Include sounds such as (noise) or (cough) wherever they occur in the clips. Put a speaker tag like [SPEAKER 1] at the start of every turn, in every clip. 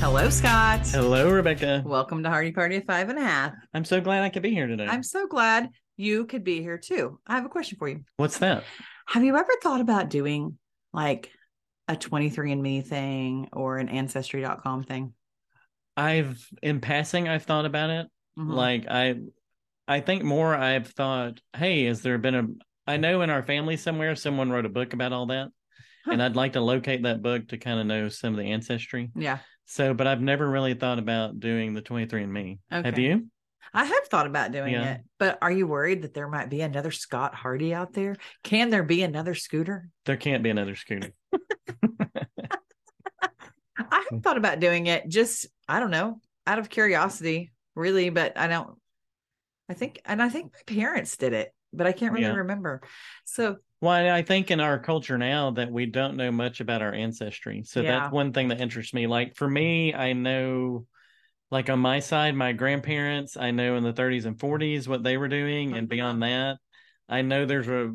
[SPEAKER 1] Hello, Scott.
[SPEAKER 2] Hello, Rebecca.
[SPEAKER 1] Welcome to Hardy Party of Five and a Half.
[SPEAKER 2] I'm so glad I could be here today.
[SPEAKER 1] I'm so glad you could be here too. I have a question for you.
[SPEAKER 2] What's that?
[SPEAKER 1] Have you ever thought about doing like a 23andMe thing or an Ancestry.com thing?
[SPEAKER 2] I've in passing I've thought about it.
[SPEAKER 1] Mhm.
[SPEAKER 2] Like I I think more I've thought, hey, has there been a I know in our family somewhere someone wrote a book about all that.
[SPEAKER 1] Huh.
[SPEAKER 2] And I'd like to locate that book to kind of know some of the ancestry.
[SPEAKER 1] yeah.
[SPEAKER 2] So, but I've never really thought about doing the 23andMe.
[SPEAKER 1] Okay.
[SPEAKER 2] Have you?
[SPEAKER 1] I have thought about doing
[SPEAKER 2] Yeah.
[SPEAKER 1] it, but are you worried that there might be another Scott Hardy out there? Can there be another Scooter?
[SPEAKER 2] There can't be another scooter.
[SPEAKER 1] I
[SPEAKER 2] Hmm.
[SPEAKER 1] have thought about doing it just, I don't know, out of curiosity, really, but I don't, I think, and I think my parents did it, but I can't really
[SPEAKER 2] Yeah.
[SPEAKER 1] remember. So,
[SPEAKER 2] Well, I think in our culture now that we don't know much about our ancestry. So
[SPEAKER 1] Yeah.
[SPEAKER 2] that's one thing that interests me. Like for me, I know like on my side, my grandparents, I know in the 30s and 40s what they were doing.
[SPEAKER 1] Mm-hmm.
[SPEAKER 2] And beyond that, I know there's a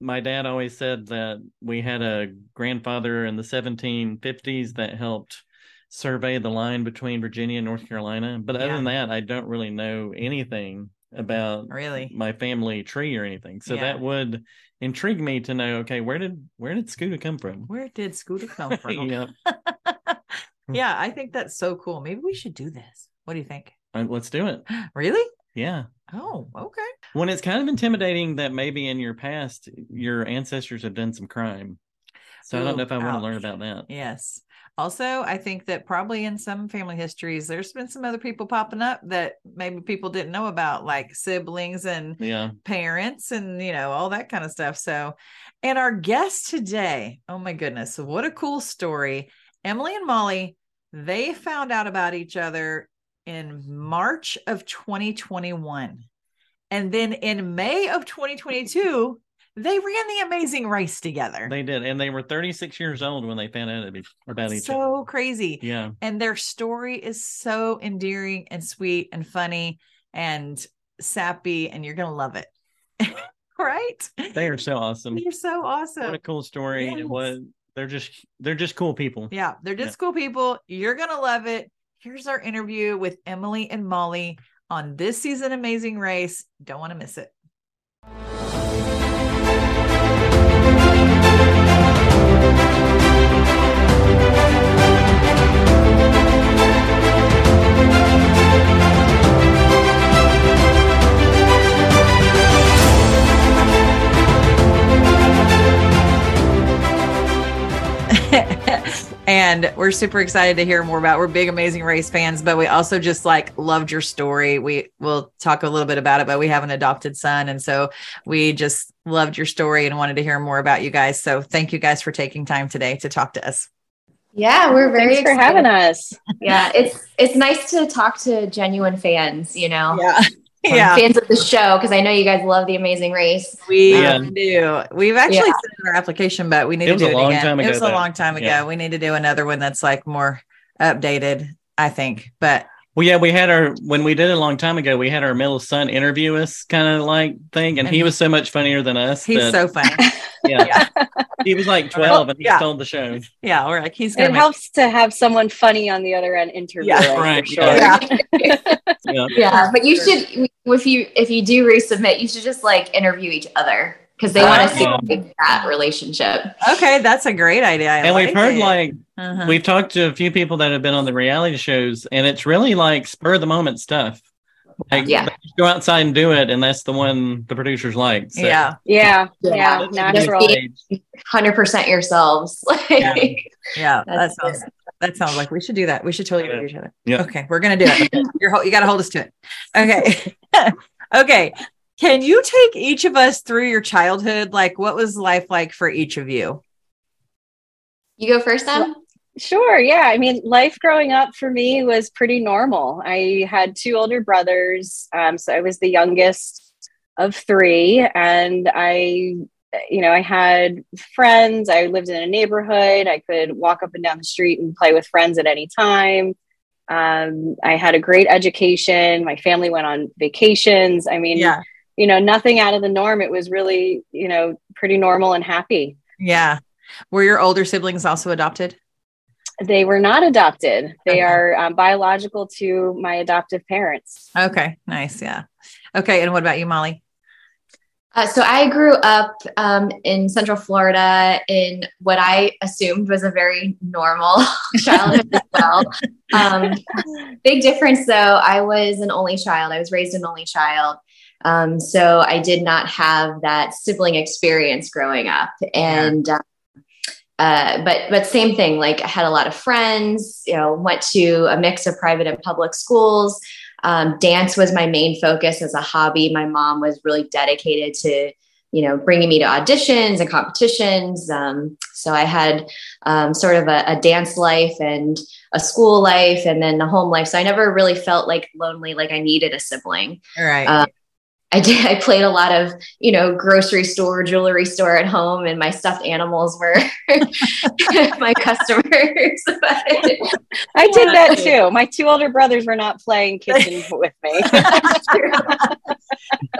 [SPEAKER 2] my dad always said that we had a grandfather in the 1750s that helped survey the line between Virginia and North Carolina. But other
[SPEAKER 1] Yeah. Mm-hmm.
[SPEAKER 2] than that, I don't really know anything about
[SPEAKER 1] really,
[SPEAKER 2] my family tree or anything. So
[SPEAKER 1] Yeah.
[SPEAKER 2] that would intrigue me to know, okay, where did where did Scooter come from?
[SPEAKER 1] where did
[SPEAKER 2] (laughs)
[SPEAKER 1] Scooter come from?
[SPEAKER 2] Mm. yeah.
[SPEAKER 1] (laughs) yeah, I think that's so cool. Maybe we should do this. What do you think?
[SPEAKER 2] Uh, Let's do it.
[SPEAKER 1] Really?
[SPEAKER 2] Yeah.
[SPEAKER 1] Oh, okay.
[SPEAKER 2] When it's kind of intimidating that maybe in your past your ancestors have done some crime. So I don't know if I
[SPEAKER 1] Ooh,
[SPEAKER 2] want
[SPEAKER 1] ouch.
[SPEAKER 2] to learn about that.
[SPEAKER 1] Yes. Also, I think that probably in some family histories, there's been some other people popping up that maybe people didn't know about, like siblings and
[SPEAKER 2] Yeah.
[SPEAKER 1] parents and, you know, all that kind of stuff. So, and our guest today, oh my goodness, what a cool story. Emily and Molly, they found out about each other in March of 2021. And then in May of 2022, they ran the amazing race together.
[SPEAKER 2] They did. And they were 36 years old when they found out ab- about each other.
[SPEAKER 1] so crazy.
[SPEAKER 2] Yeah.
[SPEAKER 1] and their story is so endearing and sweet and funny and sappy and you're gonna love it (laughs) right
[SPEAKER 2] They are so awesome.
[SPEAKER 1] you're so
[SPEAKER 2] What
[SPEAKER 1] awesome
[SPEAKER 2] a cool story.
[SPEAKER 1] Yes.
[SPEAKER 2] It was they're just they're just cool people.
[SPEAKER 1] yeah they're just cool people you're gonna love it here's our interview with emily and molly on this season amazing race don't want to miss it (laughs) and we're super excited to hear more about. We're big Amazing Race fans, but we also just like loved your story. We will talk a little bit about it, but we have an adopted son, and so we just loved your story and wanted to hear more about you guys. So thank you guys for taking time today to talk to us.
[SPEAKER 3] Yeah, we're very
[SPEAKER 4] Thanks for
[SPEAKER 3] excited.
[SPEAKER 4] having us.
[SPEAKER 3] Yeah, it's it's nice to talk to genuine fans, you know,
[SPEAKER 1] (laughs) Yeah, yeah,
[SPEAKER 3] fans of the show because I know you guys love the Amazing Race.
[SPEAKER 1] we um,
[SPEAKER 2] Yeah.
[SPEAKER 1] do. We've actually sent in our application, but we need
[SPEAKER 2] It
[SPEAKER 1] to
[SPEAKER 2] was
[SPEAKER 1] do
[SPEAKER 2] a
[SPEAKER 1] it
[SPEAKER 2] long
[SPEAKER 1] again.
[SPEAKER 2] time
[SPEAKER 1] it
[SPEAKER 2] ago,
[SPEAKER 1] was a
[SPEAKER 2] though.
[SPEAKER 1] long time ago.
[SPEAKER 2] Yeah.
[SPEAKER 1] We need to do another one that's like more updated, I think. But
[SPEAKER 2] Well, yeah, we had our when we did it a long time ago. We had our middle son interview us, kind of like thing, and he was so much funnier than us.
[SPEAKER 1] he's
[SPEAKER 2] that-
[SPEAKER 1] so (laughs) funny.
[SPEAKER 2] yeah. he
[SPEAKER 1] (laughs)
[SPEAKER 2] was like twelve, and he
[SPEAKER 1] Yeah.
[SPEAKER 2] stole the show.
[SPEAKER 1] Yeah, we're like he's gonna
[SPEAKER 4] It
[SPEAKER 1] make
[SPEAKER 4] helps to have someone funny on the other end interview.
[SPEAKER 1] Yeah.
[SPEAKER 4] us, for
[SPEAKER 2] Right,
[SPEAKER 4] sure.
[SPEAKER 2] yeah.
[SPEAKER 1] (laughs)
[SPEAKER 2] Yeah,
[SPEAKER 3] Yeah, Uh, but you should if you if you do resubmit, you should just like interview each other because they want to see
[SPEAKER 2] Yeah.
[SPEAKER 3] that relationship.
[SPEAKER 1] Okay, that's a great idea. I
[SPEAKER 2] and we've heard
[SPEAKER 1] it.
[SPEAKER 2] like
[SPEAKER 1] Uh-huh.
[SPEAKER 2] we've talked to a few people that have been on the reality shows, and it's really like spur of the moment stuff. Like,
[SPEAKER 3] Yeah.
[SPEAKER 2] they just go outside and do it, and that's the one the producers like. so-
[SPEAKER 1] yeah,
[SPEAKER 4] Yeah. Yeah.
[SPEAKER 3] Yeah.
[SPEAKER 4] Natural.
[SPEAKER 3] Just Hundred percent yourselves. (laughs) Like,
[SPEAKER 1] yeah. That
[SPEAKER 3] That's
[SPEAKER 1] sounds that sounds like we should do that. We should totally do each other.
[SPEAKER 2] Yeah.
[SPEAKER 1] Okay, we're gonna do it. You're hol- you got to hold us to it. Okay, (laughs) okay. Can you take each of us through your childhood? Like, what was life like for each of you?
[SPEAKER 3] you go first, then.
[SPEAKER 4] Sure. Yeah. I mean, life growing up for me was pretty normal. I had two older brothers. Um, so I was the youngest of three. And I, you know, I had friends. I lived in a neighborhood. I could walk up and down the street and play with friends at any time. Um, I had a great education. My family went on vacations. I mean, you know, nothing out of the norm. It was really, you know, pretty normal and happy.
[SPEAKER 1] Yeah. Were your older siblings also adopted?
[SPEAKER 4] They were not adopted. They
[SPEAKER 1] Okay.
[SPEAKER 4] are um, biological to my adoptive parents.
[SPEAKER 1] Okay. Nice. Yeah. Okay. And what about you, Molly?
[SPEAKER 3] Uh, so I grew up um, in Central Florida in what I assumed was a very normal (laughs) childhood as well. Um, big difference though, I was an only child. I was raised an only child. Um, so I did not have that sibling experience growing up. And uh, uh, but but same thing. Like I had a lot of friends. You know, went to a mix of private and public schools. Um, dance was my main focus as a hobby. My mom was really dedicated to you know bringing me to auditions and competitions. Um, so I had um, sort of a, a dance life and a school life and then the home life. So I never really felt like lonely. Like I needed a sibling.
[SPEAKER 1] All right.
[SPEAKER 3] Uh, I did. I played a lot of, you know, grocery store, jewelry store at home, and my stuffed animals were (laughs) my customers. (laughs) But-
[SPEAKER 4] I did that too. My two older brothers were not playing kitchen with me.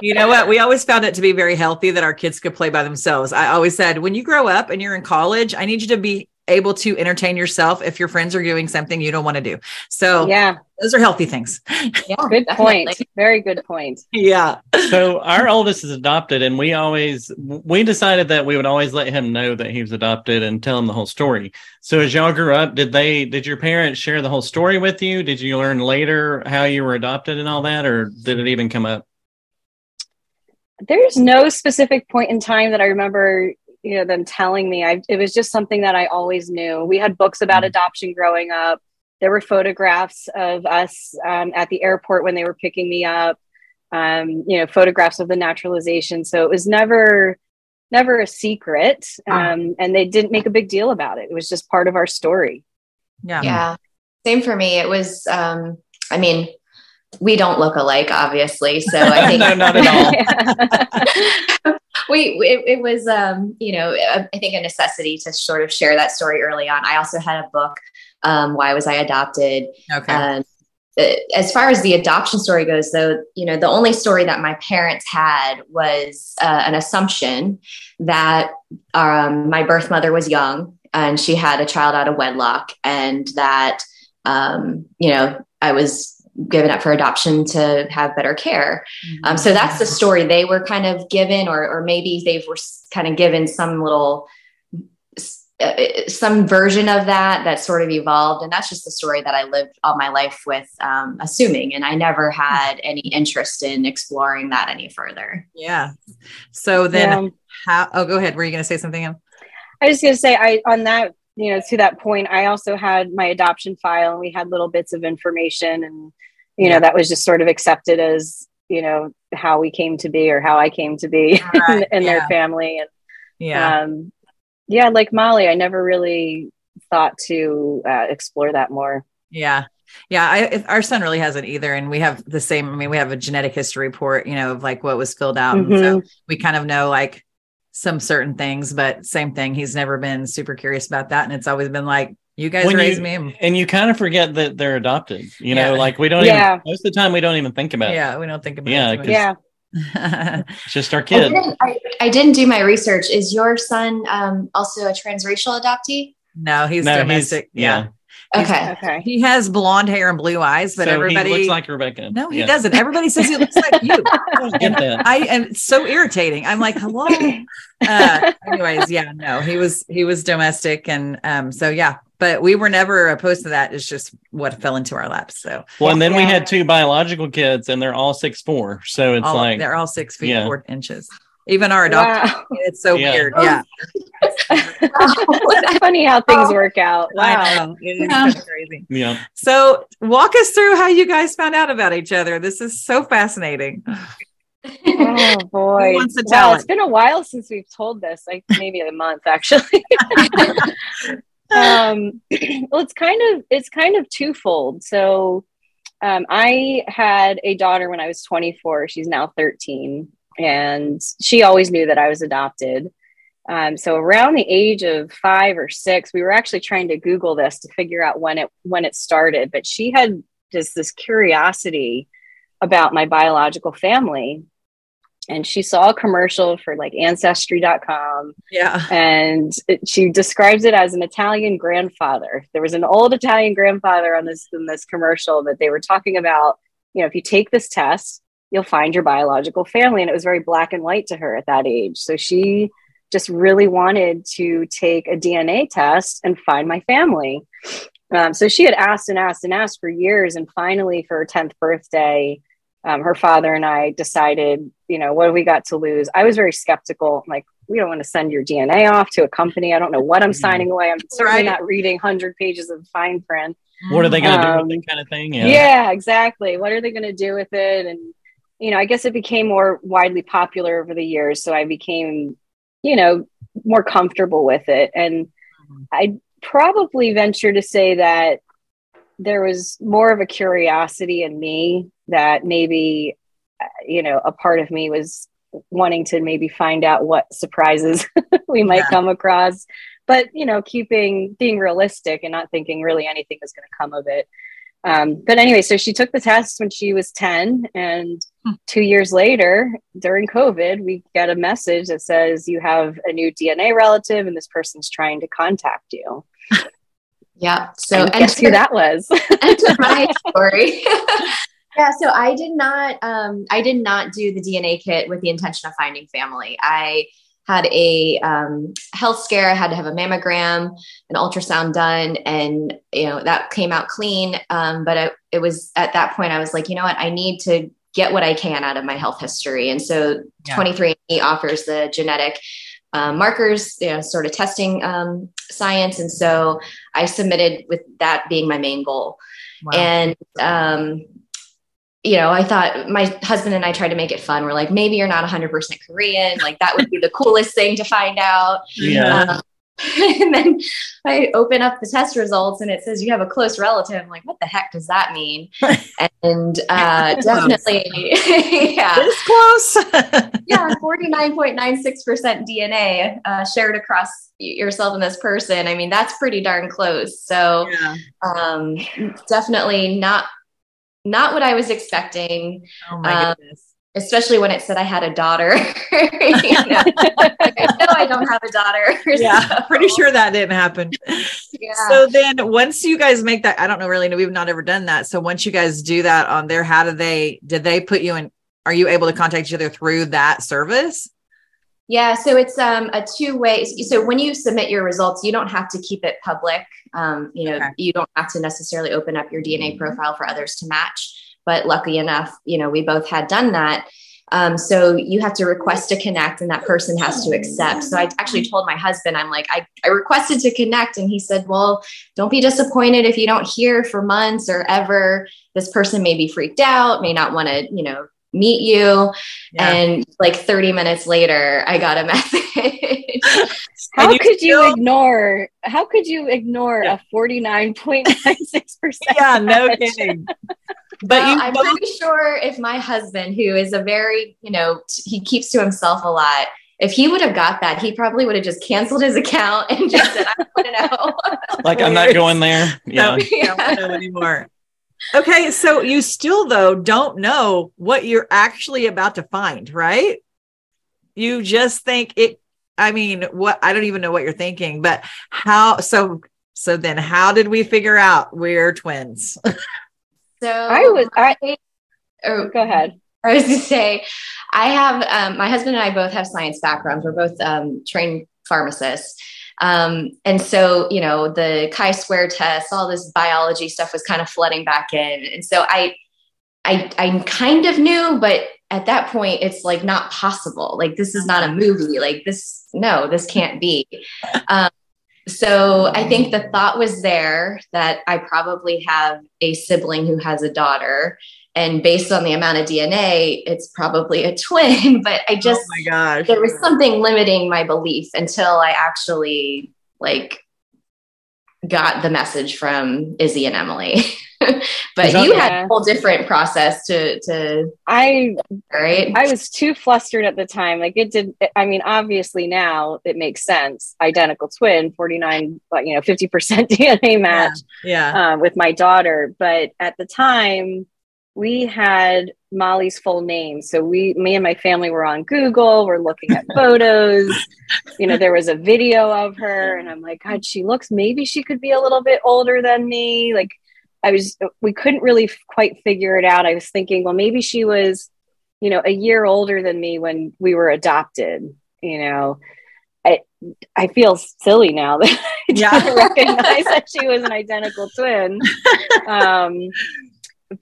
[SPEAKER 1] you know what? We always found it to be very healthy that our kids could play by themselves. I always said, when you grow up and you're in college, I need you to be able to entertain yourself if your friends are doing something you don't want to do. So
[SPEAKER 4] (laughs) yeah,
[SPEAKER 1] those are healthy things.
[SPEAKER 3] yeah, (laughs)
[SPEAKER 4] good
[SPEAKER 3] definitely.
[SPEAKER 4] point. Very good point.
[SPEAKER 1] (laughs) yeah.
[SPEAKER 2] so our oldest is adopted and we always we decided that we would always let him know that he was adopted and tell him the whole story so as y'all grew up did they did your parents share the whole story with you did you learn later how you were adopted and all that or did it even come up
[SPEAKER 4] There's no specific point in time that I remember, you know, them telling me. I, it was just something that I always knew. We had books about
[SPEAKER 2] Mhm.
[SPEAKER 4] adoption growing up. There were photographs of us um, at the airport when they were picking me up. Um, you know, photographs of the naturalization. So it was never, never a secret,
[SPEAKER 2] Ah.
[SPEAKER 4] um, and they didn't make a big deal about it. It was just part of our story.
[SPEAKER 1] Yeah.
[SPEAKER 3] Yeah. Same for me. It was, um, I mean, we don't look alike, obviously. So
[SPEAKER 2] (laughs)
[SPEAKER 3] I think
[SPEAKER 2] no not at all
[SPEAKER 3] (laughs)
[SPEAKER 4] (laughs)
[SPEAKER 3] we it, it was um you know I I think a necessity to sort of share that story early on. I also had a book, um, Why Was I Adopted,
[SPEAKER 1] Okay.
[SPEAKER 3] and uh, as far as the adoption story goes, though, you know, the only story that my parents had was uh, an assumption that um, my birth mother was young and she had a child out of wedlock, and that um, you know I was given up for adoption to have better care. Um, so that's the story they were kind of given, or or maybe they were s- kind of given some little s- uh, uh, some version of that that sort of evolved, and that's just the story that I lived all my life with, um, assuming, and I never had any interest in exploring that any further.
[SPEAKER 1] yeah. So then
[SPEAKER 4] Yeah.
[SPEAKER 1] how oh go ahead. Were you gonna say something? Em?
[SPEAKER 4] I was gonna say I on that you know to that point I also had my adoption file and we had little bits of information and you know that was just sort of accepted as you know how we came to be or how I came to be (laughs) in,
[SPEAKER 1] Right,
[SPEAKER 4] in
[SPEAKER 1] yeah.
[SPEAKER 4] their family and
[SPEAKER 1] Yeah.
[SPEAKER 4] um yeah like Molly I never really thought to uh, explore that more
[SPEAKER 1] Yeah. Yeah. I, if, our son really hasn't either. And we have the same, I mean, we have a genetic history report, you know, of like what was filled out. And so we kind of know like some certain things, but same thing. He's never been super curious about that. And it's always been like, you guys
[SPEAKER 2] When
[SPEAKER 1] raised
[SPEAKER 2] you-
[SPEAKER 1] me.
[SPEAKER 2] and you kind of forget that they're adopted you know
[SPEAKER 1] Yeah.
[SPEAKER 2] like we don't
[SPEAKER 4] Yeah.
[SPEAKER 2] even most of the time we don't even think about
[SPEAKER 1] Yeah. We don't think about
[SPEAKER 2] Yeah,
[SPEAKER 1] it. too
[SPEAKER 4] yeah
[SPEAKER 1] much.
[SPEAKER 2] it it's just our
[SPEAKER 3] I
[SPEAKER 2] kid
[SPEAKER 3] didn't, I, I didn't do my research. Is your son um, also a transracial adoptee?
[SPEAKER 1] (laughs) no, he's
[SPEAKER 2] No,
[SPEAKER 1] domestic. yeah. He's-
[SPEAKER 3] Okay. (laughs)
[SPEAKER 4] okay
[SPEAKER 1] (laughs) He has blonde hair and blue eyes, but
[SPEAKER 2] so
[SPEAKER 1] everybody.
[SPEAKER 2] he looks like rebecca
[SPEAKER 1] no, he
[SPEAKER 2] Yeah.
[SPEAKER 1] doesn't. Everybody says he looks like
[SPEAKER 2] (laughs)
[SPEAKER 1] you.
[SPEAKER 2] I don't get
[SPEAKER 1] (laughs)
[SPEAKER 2] that.
[SPEAKER 1] I am it's so irritating. I'm like, hello. Uh, anyways, yeah, no, he was he was domestic, and um, so yeah, but we were never opposed to that. It's just what fell into our laps. So
[SPEAKER 2] well and then we
[SPEAKER 4] Yeah.
[SPEAKER 2] had two biological kids and they're all six four so it's
[SPEAKER 1] all,
[SPEAKER 2] like
[SPEAKER 1] they're all six feet
[SPEAKER 2] yeah.
[SPEAKER 1] four inches. Even our adopted,
[SPEAKER 4] wow (laughs)
[SPEAKER 1] it's so
[SPEAKER 2] Yeah.
[SPEAKER 1] weird. Yeah,
[SPEAKER 4] it's funny how things work out
[SPEAKER 1] I
[SPEAKER 4] wow
[SPEAKER 1] know. It is
[SPEAKER 3] Yeah.
[SPEAKER 1] kinda crazy.
[SPEAKER 2] yeah
[SPEAKER 1] So walk us through how you guys found out about each other. This is so fascinating.
[SPEAKER 4] oh boy
[SPEAKER 1] wants to tell
[SPEAKER 4] wow,
[SPEAKER 1] it?
[SPEAKER 4] it's been a while since we've told this like maybe a month actually (laughs) um (clears throat) well it's kind of it's kind of twofold so um, i had a daughter when i was 24 she's now 13 and she always knew that i was adopted um, so around the age of five or six we were actually trying to google this to figure out when it when it started but she had just this curiosity about my biological family and she saw a commercial for like ancestry.com
[SPEAKER 1] Yeah.
[SPEAKER 4] and it, she describes it as an Italian grandfather. There was an old Italian grandfather on this in this commercial that they were talking about. You know, if you take this test, you'll find your biological family, and it was very black and white to her at that age. So she just really wanted to take a DNA test and find my family. Um, so she had asked and asked and asked for years, and finally, for her tenth birthday. Um, her father and I decided, you know, what have we got to lose? I was very skeptical. Like, we don't want to send your DNA off to a company. I don't know what I'm
[SPEAKER 2] Mhm.
[SPEAKER 4] signing away. I'm certainly
[SPEAKER 1] Right.
[SPEAKER 4] not reading 100 pages of fine print.
[SPEAKER 2] What are they going to
[SPEAKER 1] Mm-hmm.
[SPEAKER 2] do
[SPEAKER 4] Um,
[SPEAKER 2] with that kind of thing?
[SPEAKER 4] Yeah, exactly. What are they going to do with it? And, you know, I guess it became more widely popular over the years. So I became, you know, more comfortable with it. And I'd probably venture to say that there was more of a curiosity in me that maybe, uh, you know, a part of me was wanting to maybe find out what surprises (laughs) we might
[SPEAKER 1] Yeah.
[SPEAKER 4] come across. But, you know, keeping being realistic and not thinking really anything was going to come of it. Um, but anyway, so she took the test when she was 10. And
[SPEAKER 1] Hmm.
[SPEAKER 4] two years later, during COVID, we get a message that says, you have a new DNA relative and this person's trying to contact you.
[SPEAKER 3] Yeah. So
[SPEAKER 4] So, and guess who
[SPEAKER 3] enter-
[SPEAKER 1] (laughs)
[SPEAKER 4] that was?
[SPEAKER 3] enter my story. (laughs) yeah, so I did not um, I did not do the DNA kit with the intention of finding family. I had a um, health scare. I had to have a mammogram, an ultrasound done, and you know that came out clean. Um, but it, it was at that point I was like, you know what, I need to get what I can out of my health history, and so
[SPEAKER 1] Yeah.
[SPEAKER 3] 23andMe offers the genetic uh, markers, you know, sort of testing um, science, and so I submitted with that being my main goal
[SPEAKER 1] Wow.
[SPEAKER 3] and um you know i thought my husband and i tried to make it fun we're like maybe you're not 100% korean like that would be the (laughs) coolest thing to find out
[SPEAKER 2] Yeah.
[SPEAKER 3] um, (laughs) and then i open up the test results and it says you have a close relative i'm like what the heck does that mean and uh definitely (laughs) yeah
[SPEAKER 1] this close. (laughs)
[SPEAKER 3] yeah 49.96% dna uh, shared across y- yourself and this person i mean that's pretty darn close so
[SPEAKER 1] yeah.
[SPEAKER 3] um definitely not not what i was expecting
[SPEAKER 1] Oh my
[SPEAKER 3] Um,
[SPEAKER 1] goodness.
[SPEAKER 3] especially when it said i had a daughter (laughs) you know? (laughs) Like, i know i don't have a daughter (laughs)
[SPEAKER 1] Yeah,
[SPEAKER 3] so-
[SPEAKER 1] pretty sure that didn't happen.
[SPEAKER 3] yeah.
[SPEAKER 1] So then once you guys make that, I don't know really, we've not ever done that. So once you guys do that on there, how do they, did they put you in, are you able to contact each other through that service?
[SPEAKER 3] Yeah, so it's um, a two way. So when you submit your results, you don't have to keep it public. Um, you know,
[SPEAKER 1] Okay.
[SPEAKER 3] you don't have to necessarily open up your DNA profile for others to match. But lucky enough, you know, we both had done that. Um, so you have to request to connect, and that person has to accept. So I actually told my husband, I'm like, I, I requested to connect, and he said, Well, don't be disappointed if you don't hear for months or ever. This person may be freaked out, may not want to, you know, meet you. And like 30 minutes later, I got a (laughs) message.
[SPEAKER 4] How
[SPEAKER 1] And you
[SPEAKER 4] could you
[SPEAKER 1] still-
[SPEAKER 4] (laughs) ignore? How could you ignore
[SPEAKER 1] Yeah.
[SPEAKER 4] a forty nine point nine six percent?
[SPEAKER 1] yeah, no kidding. But
[SPEAKER 3] Well,
[SPEAKER 1] you
[SPEAKER 3] I'm
[SPEAKER 1] both,
[SPEAKER 3] pretty sure if my husband, who is a very, you know, t- he keeps to himself a lot, if he would have got that, he probably would have just canceled his account and just said, I want
[SPEAKER 2] Like, I'm not going there. Yeah.
[SPEAKER 1] No,
[SPEAKER 3] to know.
[SPEAKER 1] I
[SPEAKER 3] (laughs) Yeah.
[SPEAKER 1] don't know anymore. Okay, so you still though don't know what you're actually about to find, right? You just think it I mean, what I don't even know what you're thinking, but how so so then how did we figure out we're twins?
[SPEAKER 3] So
[SPEAKER 4] I was. I
[SPEAKER 1] Oh.
[SPEAKER 3] or-
[SPEAKER 4] go ahead.
[SPEAKER 3] I was to say, I have um, my husband and I both have science backgrounds. We're both um, trained pharmacists, um, and so you know the chi-square test, all this biology stuff was kind of flooding back in, and so I, I, I kind of knew, but at that point, it's like not possible. Like this is not a movie. Like this, no, this
[SPEAKER 1] (laughs)
[SPEAKER 3] can't be. Um, so I think the thought was there that I probably have a sibling who has a daughter and based on the amount of DNA, it's probably a (laughs) twin. But I just
[SPEAKER 1] oh my gosh.
[SPEAKER 3] there was something limiting my belief until I actually like got the message from Izzy and Emily. (laughs) but
[SPEAKER 2] Is that-
[SPEAKER 3] you had
[SPEAKER 4] Yeah.
[SPEAKER 3] a whole different process to to
[SPEAKER 4] I
[SPEAKER 3] right.
[SPEAKER 4] I was too flustered at the time. Like it did. I mean, obviously now it makes sense. Identical twin, forty nine, but you know, (laughs) fifty percent DNA match
[SPEAKER 3] (laughs)
[SPEAKER 1] yeah.
[SPEAKER 4] um, with my daughter. But at the time, we had Molly's full name. So we, me and my family were on Google, we're looking at photos. you know, there was a video of her, and I'm like, God, she looks, maybe she could be a little bit older than me. Like, I was, we couldn't really f- quite figure it out. I was thinking, well, maybe she was, you know, a year older than me when we were adopted, you know. I, I feel silly now (laughs) that I didn't
[SPEAKER 1] Yeah.
[SPEAKER 4] recognize that she was an identical twin. Um,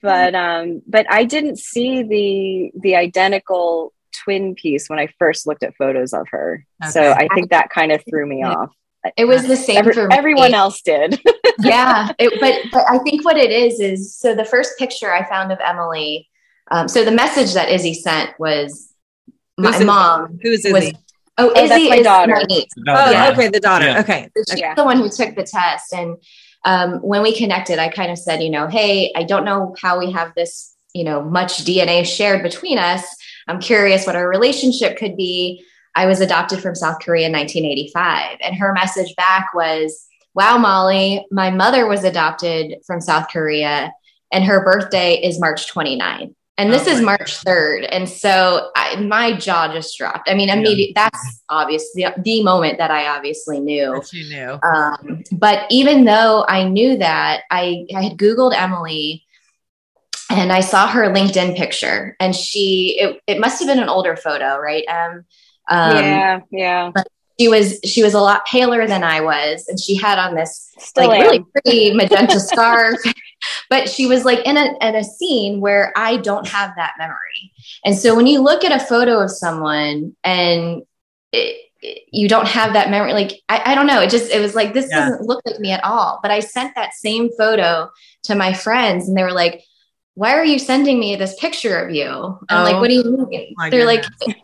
[SPEAKER 4] but um but i didn't see the the identical twin piece when i first looked at photos of her so
[SPEAKER 1] Okay.
[SPEAKER 4] i think that kind of threw me off
[SPEAKER 3] It was the same
[SPEAKER 4] Every-
[SPEAKER 3] for me.
[SPEAKER 4] everyone else did
[SPEAKER 3] (laughs) yeah it, but, but i think what it is is so the first picture i found of emily um, so the message that izzy sent was my
[SPEAKER 1] Who's Izzy?
[SPEAKER 3] mom
[SPEAKER 1] Who's
[SPEAKER 3] was
[SPEAKER 1] Izzy?
[SPEAKER 3] oh,
[SPEAKER 4] Oh,
[SPEAKER 3] izzy
[SPEAKER 4] that's my
[SPEAKER 3] is
[SPEAKER 4] daughter.
[SPEAKER 3] my niece
[SPEAKER 1] Oh,
[SPEAKER 3] Yeah.
[SPEAKER 1] okay, the daughter.
[SPEAKER 2] Yeah.
[SPEAKER 1] Okay.
[SPEAKER 3] she's
[SPEAKER 4] Yeah.
[SPEAKER 3] the one who took the test and um, when we connected i kind of said you know hey i don't know how we have this you know much dna shared between us i'm curious what our relationship could be i was adopted from south korea in 1985 and her message back was wow molly my mother was adopted from south korea and her birthday is march 29th and this
[SPEAKER 1] Oh
[SPEAKER 3] is
[SPEAKER 1] my
[SPEAKER 3] march 3rd and so I, my jaw just dropped i mean immediately that's obvious the, the moment that i obviously knew
[SPEAKER 1] That you knew.
[SPEAKER 3] um, but even though I knew that, I, I had Googled Emily and I saw her LinkedIn picture, and she it, it must have been an older photo, right? Um, um,
[SPEAKER 4] (laughs) yeah yeah
[SPEAKER 3] She was she was a lot paler than I was, and she had on this
[SPEAKER 4] still
[SPEAKER 3] like
[SPEAKER 4] am.
[SPEAKER 3] really pretty
[SPEAKER 4] (laughs)
[SPEAKER 3] magenta scarf. But she was like in a in a scene where I don't have that memory, and so when you look at a photo of someone and it, it- you don't have that memory, like I, I don't know, it just it was like this
[SPEAKER 1] Yeah.
[SPEAKER 3] doesn't look like me at all. But I sent that same photo to my friends, and they were like, "Why are you sending me this picture of you?" I'm
[SPEAKER 1] Oh,
[SPEAKER 3] like, "What do you mean?"
[SPEAKER 1] my
[SPEAKER 3] They're like. (laughs)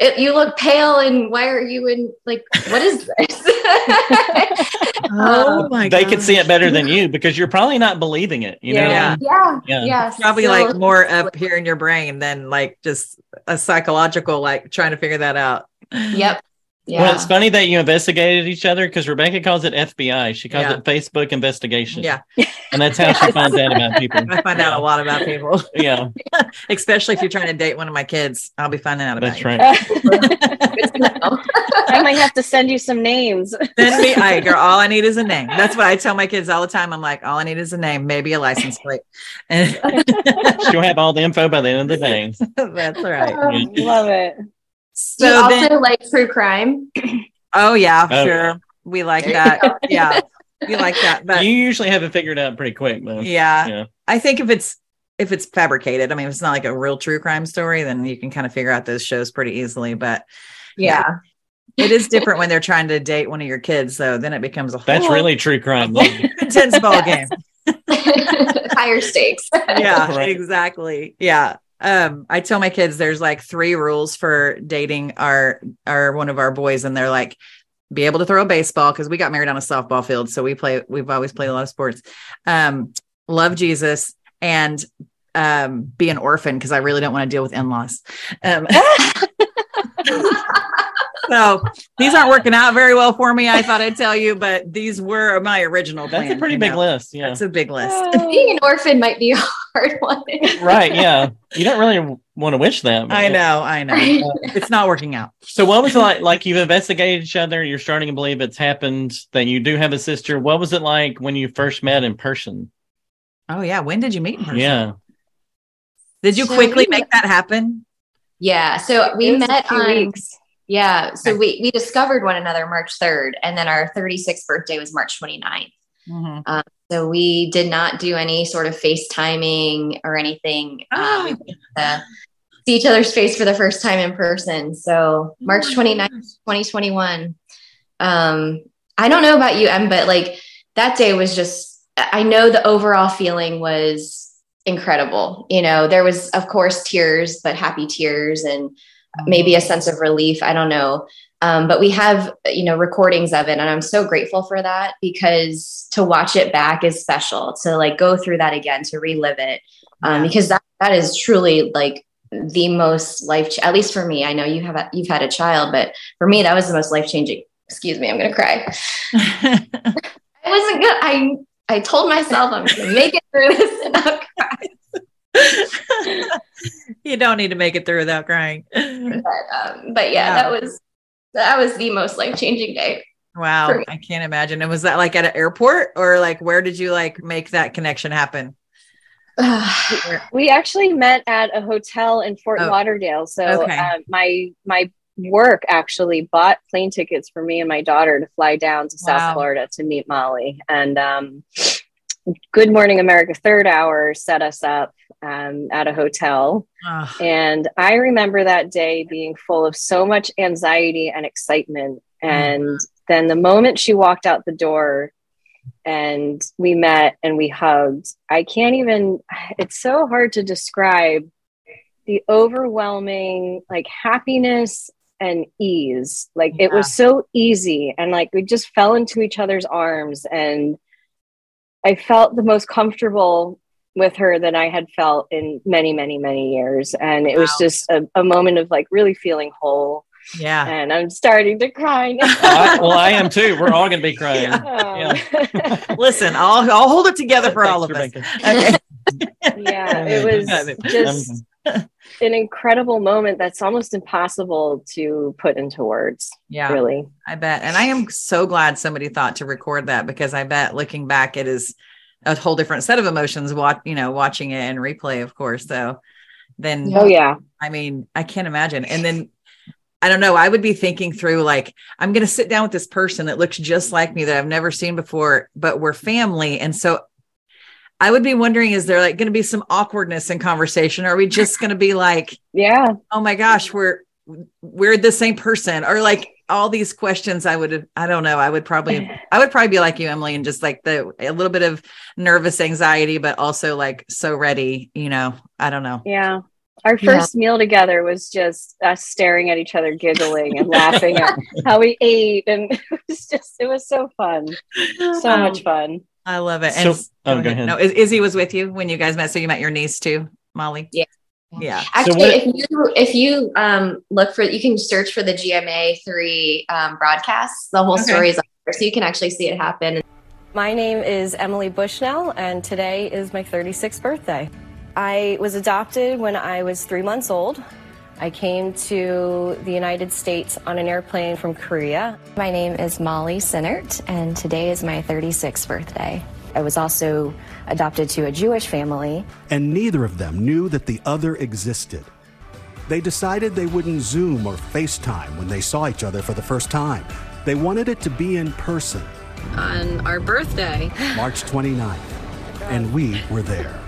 [SPEAKER 3] It, you look pale, and why are you in? Like, what is this? (laughs)
[SPEAKER 1] Oh my
[SPEAKER 2] they
[SPEAKER 1] god.
[SPEAKER 2] could see it better than you because you're probably not believing it. You know,
[SPEAKER 1] Yeah.
[SPEAKER 3] yeah,
[SPEAKER 2] Yeah.
[SPEAKER 1] Probably
[SPEAKER 3] so-
[SPEAKER 1] like more up here in your brain than like just a psychological, like trying to figure that out.
[SPEAKER 3] Yep. Yeah.
[SPEAKER 2] Well, it's funny that you investigated each other because Rebecca calls it FBI. She calls
[SPEAKER 1] Yeah.
[SPEAKER 2] it Facebook investigation.
[SPEAKER 1] Yeah.
[SPEAKER 2] And that's how she finds out about
[SPEAKER 1] (laughs)
[SPEAKER 2] people.
[SPEAKER 1] I find out a lot about people, (laughs)
[SPEAKER 2] Yeah.
[SPEAKER 1] especially if you're trying to date one of my kids. I'll be finding out about
[SPEAKER 2] That's
[SPEAKER 1] you.
[SPEAKER 2] right.
[SPEAKER 3] Good to know.
[SPEAKER 4] i might have to send you some names (laughs)
[SPEAKER 1] Send me, I girl. All I need is a name. That's what I tell my kids all the time. I'm like, all I need is a name, maybe a license plate. (laughs) And
[SPEAKER 2] She'll have all the info by the end of the day.
[SPEAKER 1] that's right.
[SPEAKER 3] Um, (laughs)
[SPEAKER 4] love it
[SPEAKER 1] So
[SPEAKER 3] Do you also
[SPEAKER 1] then,
[SPEAKER 3] like true crime?
[SPEAKER 1] oh yeah,
[SPEAKER 2] Oh,
[SPEAKER 1] sure, we like
[SPEAKER 3] There you
[SPEAKER 1] that. yeah, we like that. (laughs) But
[SPEAKER 2] you usually have it figured out pretty quick, though.
[SPEAKER 1] yeah.
[SPEAKER 2] Yeah.
[SPEAKER 1] I think if it's if it's fabricated, I mean, if it's not like a real true crime story, then you can kind of figure out those shows pretty easily. But
[SPEAKER 3] (laughs)
[SPEAKER 1] (laughs)
[SPEAKER 3] Yeah.
[SPEAKER 1] it is different when they're trying to date one of your kids, so then it becomes a whole
[SPEAKER 2] That's really true crime. though.
[SPEAKER 1] (laughs) intense ball game.
[SPEAKER 3] Higher stakes.
[SPEAKER 1] yeah
[SPEAKER 2] (laughs) Right.
[SPEAKER 1] exactly yeah um i tell my kids there's like three rules for dating our our one of our boys and they're like be able to throw a baseball because we got married on a softball field so we play we've always played a lot of sports um love jesus and um be an orphan because i really don't want to deal with in-laws um (laughs) so these aren't working out very well for me i thought i'd tell you but these were my original
[SPEAKER 2] That's a
[SPEAKER 1] plan,
[SPEAKER 2] pretty
[SPEAKER 1] you
[SPEAKER 2] big
[SPEAKER 1] know.
[SPEAKER 2] list. Yeah.
[SPEAKER 1] that's a big list
[SPEAKER 3] Being an orphan might be a hard one.
[SPEAKER 2] right. Yeah. You don't really want to wish that.
[SPEAKER 1] (laughs)
[SPEAKER 2] but-
[SPEAKER 1] I know, I know.
[SPEAKER 3] (laughs) Right.
[SPEAKER 1] It's not working out.
[SPEAKER 2] So what was it like? Like you've investigated each other, you're starting to believe it's happened that you do have a sister. What was it like when you first met in person?
[SPEAKER 1] Oh yeah. When did you meet in person?
[SPEAKER 2] Yeah.
[SPEAKER 1] Did you
[SPEAKER 3] So
[SPEAKER 1] quickly
[SPEAKER 3] we-
[SPEAKER 1] make that happen?
[SPEAKER 3] Yeah. So we
[SPEAKER 4] It was a
[SPEAKER 3] met
[SPEAKER 4] few
[SPEAKER 3] on
[SPEAKER 4] weeks
[SPEAKER 3] Yeah. So
[SPEAKER 1] Okay.
[SPEAKER 3] we, we discovered one another March 3rd, and then our 36th birthday was March 29th. So we did not do any sort of FaceTiming or anything. Um, we
[SPEAKER 1] Oh.
[SPEAKER 3] got to see each other's face for the first time in person. So March 29th, 2021. Um, I don't know about you, Em, but like that day was just, I know the overall feeling was incredible. You know, there was, of course, tears, but happy tears and maybe a sense of relief. I don't know. Um, but we have, you know, recordings of it. And I'm so grateful for that because to watch it back is special to like go through that again, to relive it. Um,
[SPEAKER 1] Yeah.
[SPEAKER 3] because that, that is truly like the most life, at least for me, I know you have, a, you've had a child, but for me, that was the most life changing. Excuse me, I'm going to cry. (laughs) I wasn't good. I I told myself I'm gonna make it through this and not
[SPEAKER 1] (laughs)
[SPEAKER 3] cry.
[SPEAKER 1] you don't need to make it through without crying. (laughs)
[SPEAKER 3] But, um, but yeah, that was that was the most life changing day. (sighs)
[SPEAKER 1] Wow,
[SPEAKER 3] For me.
[SPEAKER 1] I can't imagine. And was that like at an airport or like where did you like make that connection happen?
[SPEAKER 4] We actually met at a hotel in Fort
[SPEAKER 1] Oh.
[SPEAKER 4] Lauderdale. So
[SPEAKER 1] Okay.
[SPEAKER 4] uh, my my work actually bought plane tickets for me and my daughter to fly down to
[SPEAKER 1] Wow.
[SPEAKER 4] South Florida to meet Molly. And um, Good Morning America third hour set us up um, at a hotel.
[SPEAKER 1] Ugh.
[SPEAKER 4] And I remember that day being full of so much anxiety and excitement.
[SPEAKER 1] Mm-hmm.
[SPEAKER 4] And then the moment she walked out the door and we met and we hugged, I can't even, it's so hard to describe the overwhelming like happiness and ease. Like it was so easy. And like we just fell into each other's arms. And I felt the most comfortable with her than I had felt in many, many, many years. And it was
[SPEAKER 1] Wow.
[SPEAKER 4] just a, a moment of like really feeling whole.
[SPEAKER 1] yeah.
[SPEAKER 4] And I'm starting to cry now.
[SPEAKER 2] I, well, I am too. We're all going to be crying.
[SPEAKER 1] (laughs) Yeah.
[SPEAKER 4] (laughs) Um,
[SPEAKER 1] (laughs) Listen, I'll I'll hold it together for all of us.
[SPEAKER 2] Thanks,
[SPEAKER 1] Okay.
[SPEAKER 4] yeah, it
[SPEAKER 2] Rebecca. Oh,
[SPEAKER 4] was just an incredible moment that's almost impossible to put into words,
[SPEAKER 1] Yeah.
[SPEAKER 4] really.
[SPEAKER 1] I bet. And I am so glad somebody thought to record that because I bet looking back, it is a whole different set of emotions, watch, you know, watching it and replay, of course. So then,
[SPEAKER 4] Oh, yeah.
[SPEAKER 1] I mean, I can't imagine. And then I don't know, I would be thinking through like, I'm going to sit down with this person that looks just like me that I've never seen before, but we're family. And so I would be wondering, is there like going to be some awkwardness in conversation? Or are we just going to be like,
[SPEAKER 4] Yeah.
[SPEAKER 1] oh my gosh, we're we're the same person, or like all these questions. I would, I don't know. I would
[SPEAKER 4] (laughs)
[SPEAKER 1] probably, I would probably be like you, Emily, and just like the a little bit of nervous anxiety, but also like so ready. You know, I don't know.
[SPEAKER 4] Yeah. Our
[SPEAKER 3] Yeah.
[SPEAKER 4] first meal together was just us staring at each other, giggling and laughing at how we ate. And (laughs) it was just, it was so fun. So
[SPEAKER 3] Um,
[SPEAKER 4] much fun.
[SPEAKER 1] I love it.
[SPEAKER 2] So- oh, go ahead.
[SPEAKER 1] No, Iz- Izzy was with you when you guys met, so you met your niece too, Molly.
[SPEAKER 3] Yeah.
[SPEAKER 1] yeah.
[SPEAKER 3] Actually,
[SPEAKER 2] what-
[SPEAKER 3] if you if you um, look for, you can search for the GMA three um, broadcasts. The whole
[SPEAKER 1] Okay.
[SPEAKER 3] story is on there, so you can actually see it happen.
[SPEAKER 5] My name is Emily Bushnell, and today is my 36th birthday. I was adopted when I was three months old. I came to the United States on an airplane from Korea.
[SPEAKER 6] My name is Molly Sinnert, and today is my 36th birthday. I was also adopted to a Jewish family.
[SPEAKER 7] and neither of them knew that the other existed. They decided they wouldn't Zoom or FaceTime when they saw each other for the first time. They wanted it to be in person,
[SPEAKER 5] On our birthday,
[SPEAKER 7] March 29th, and we were there.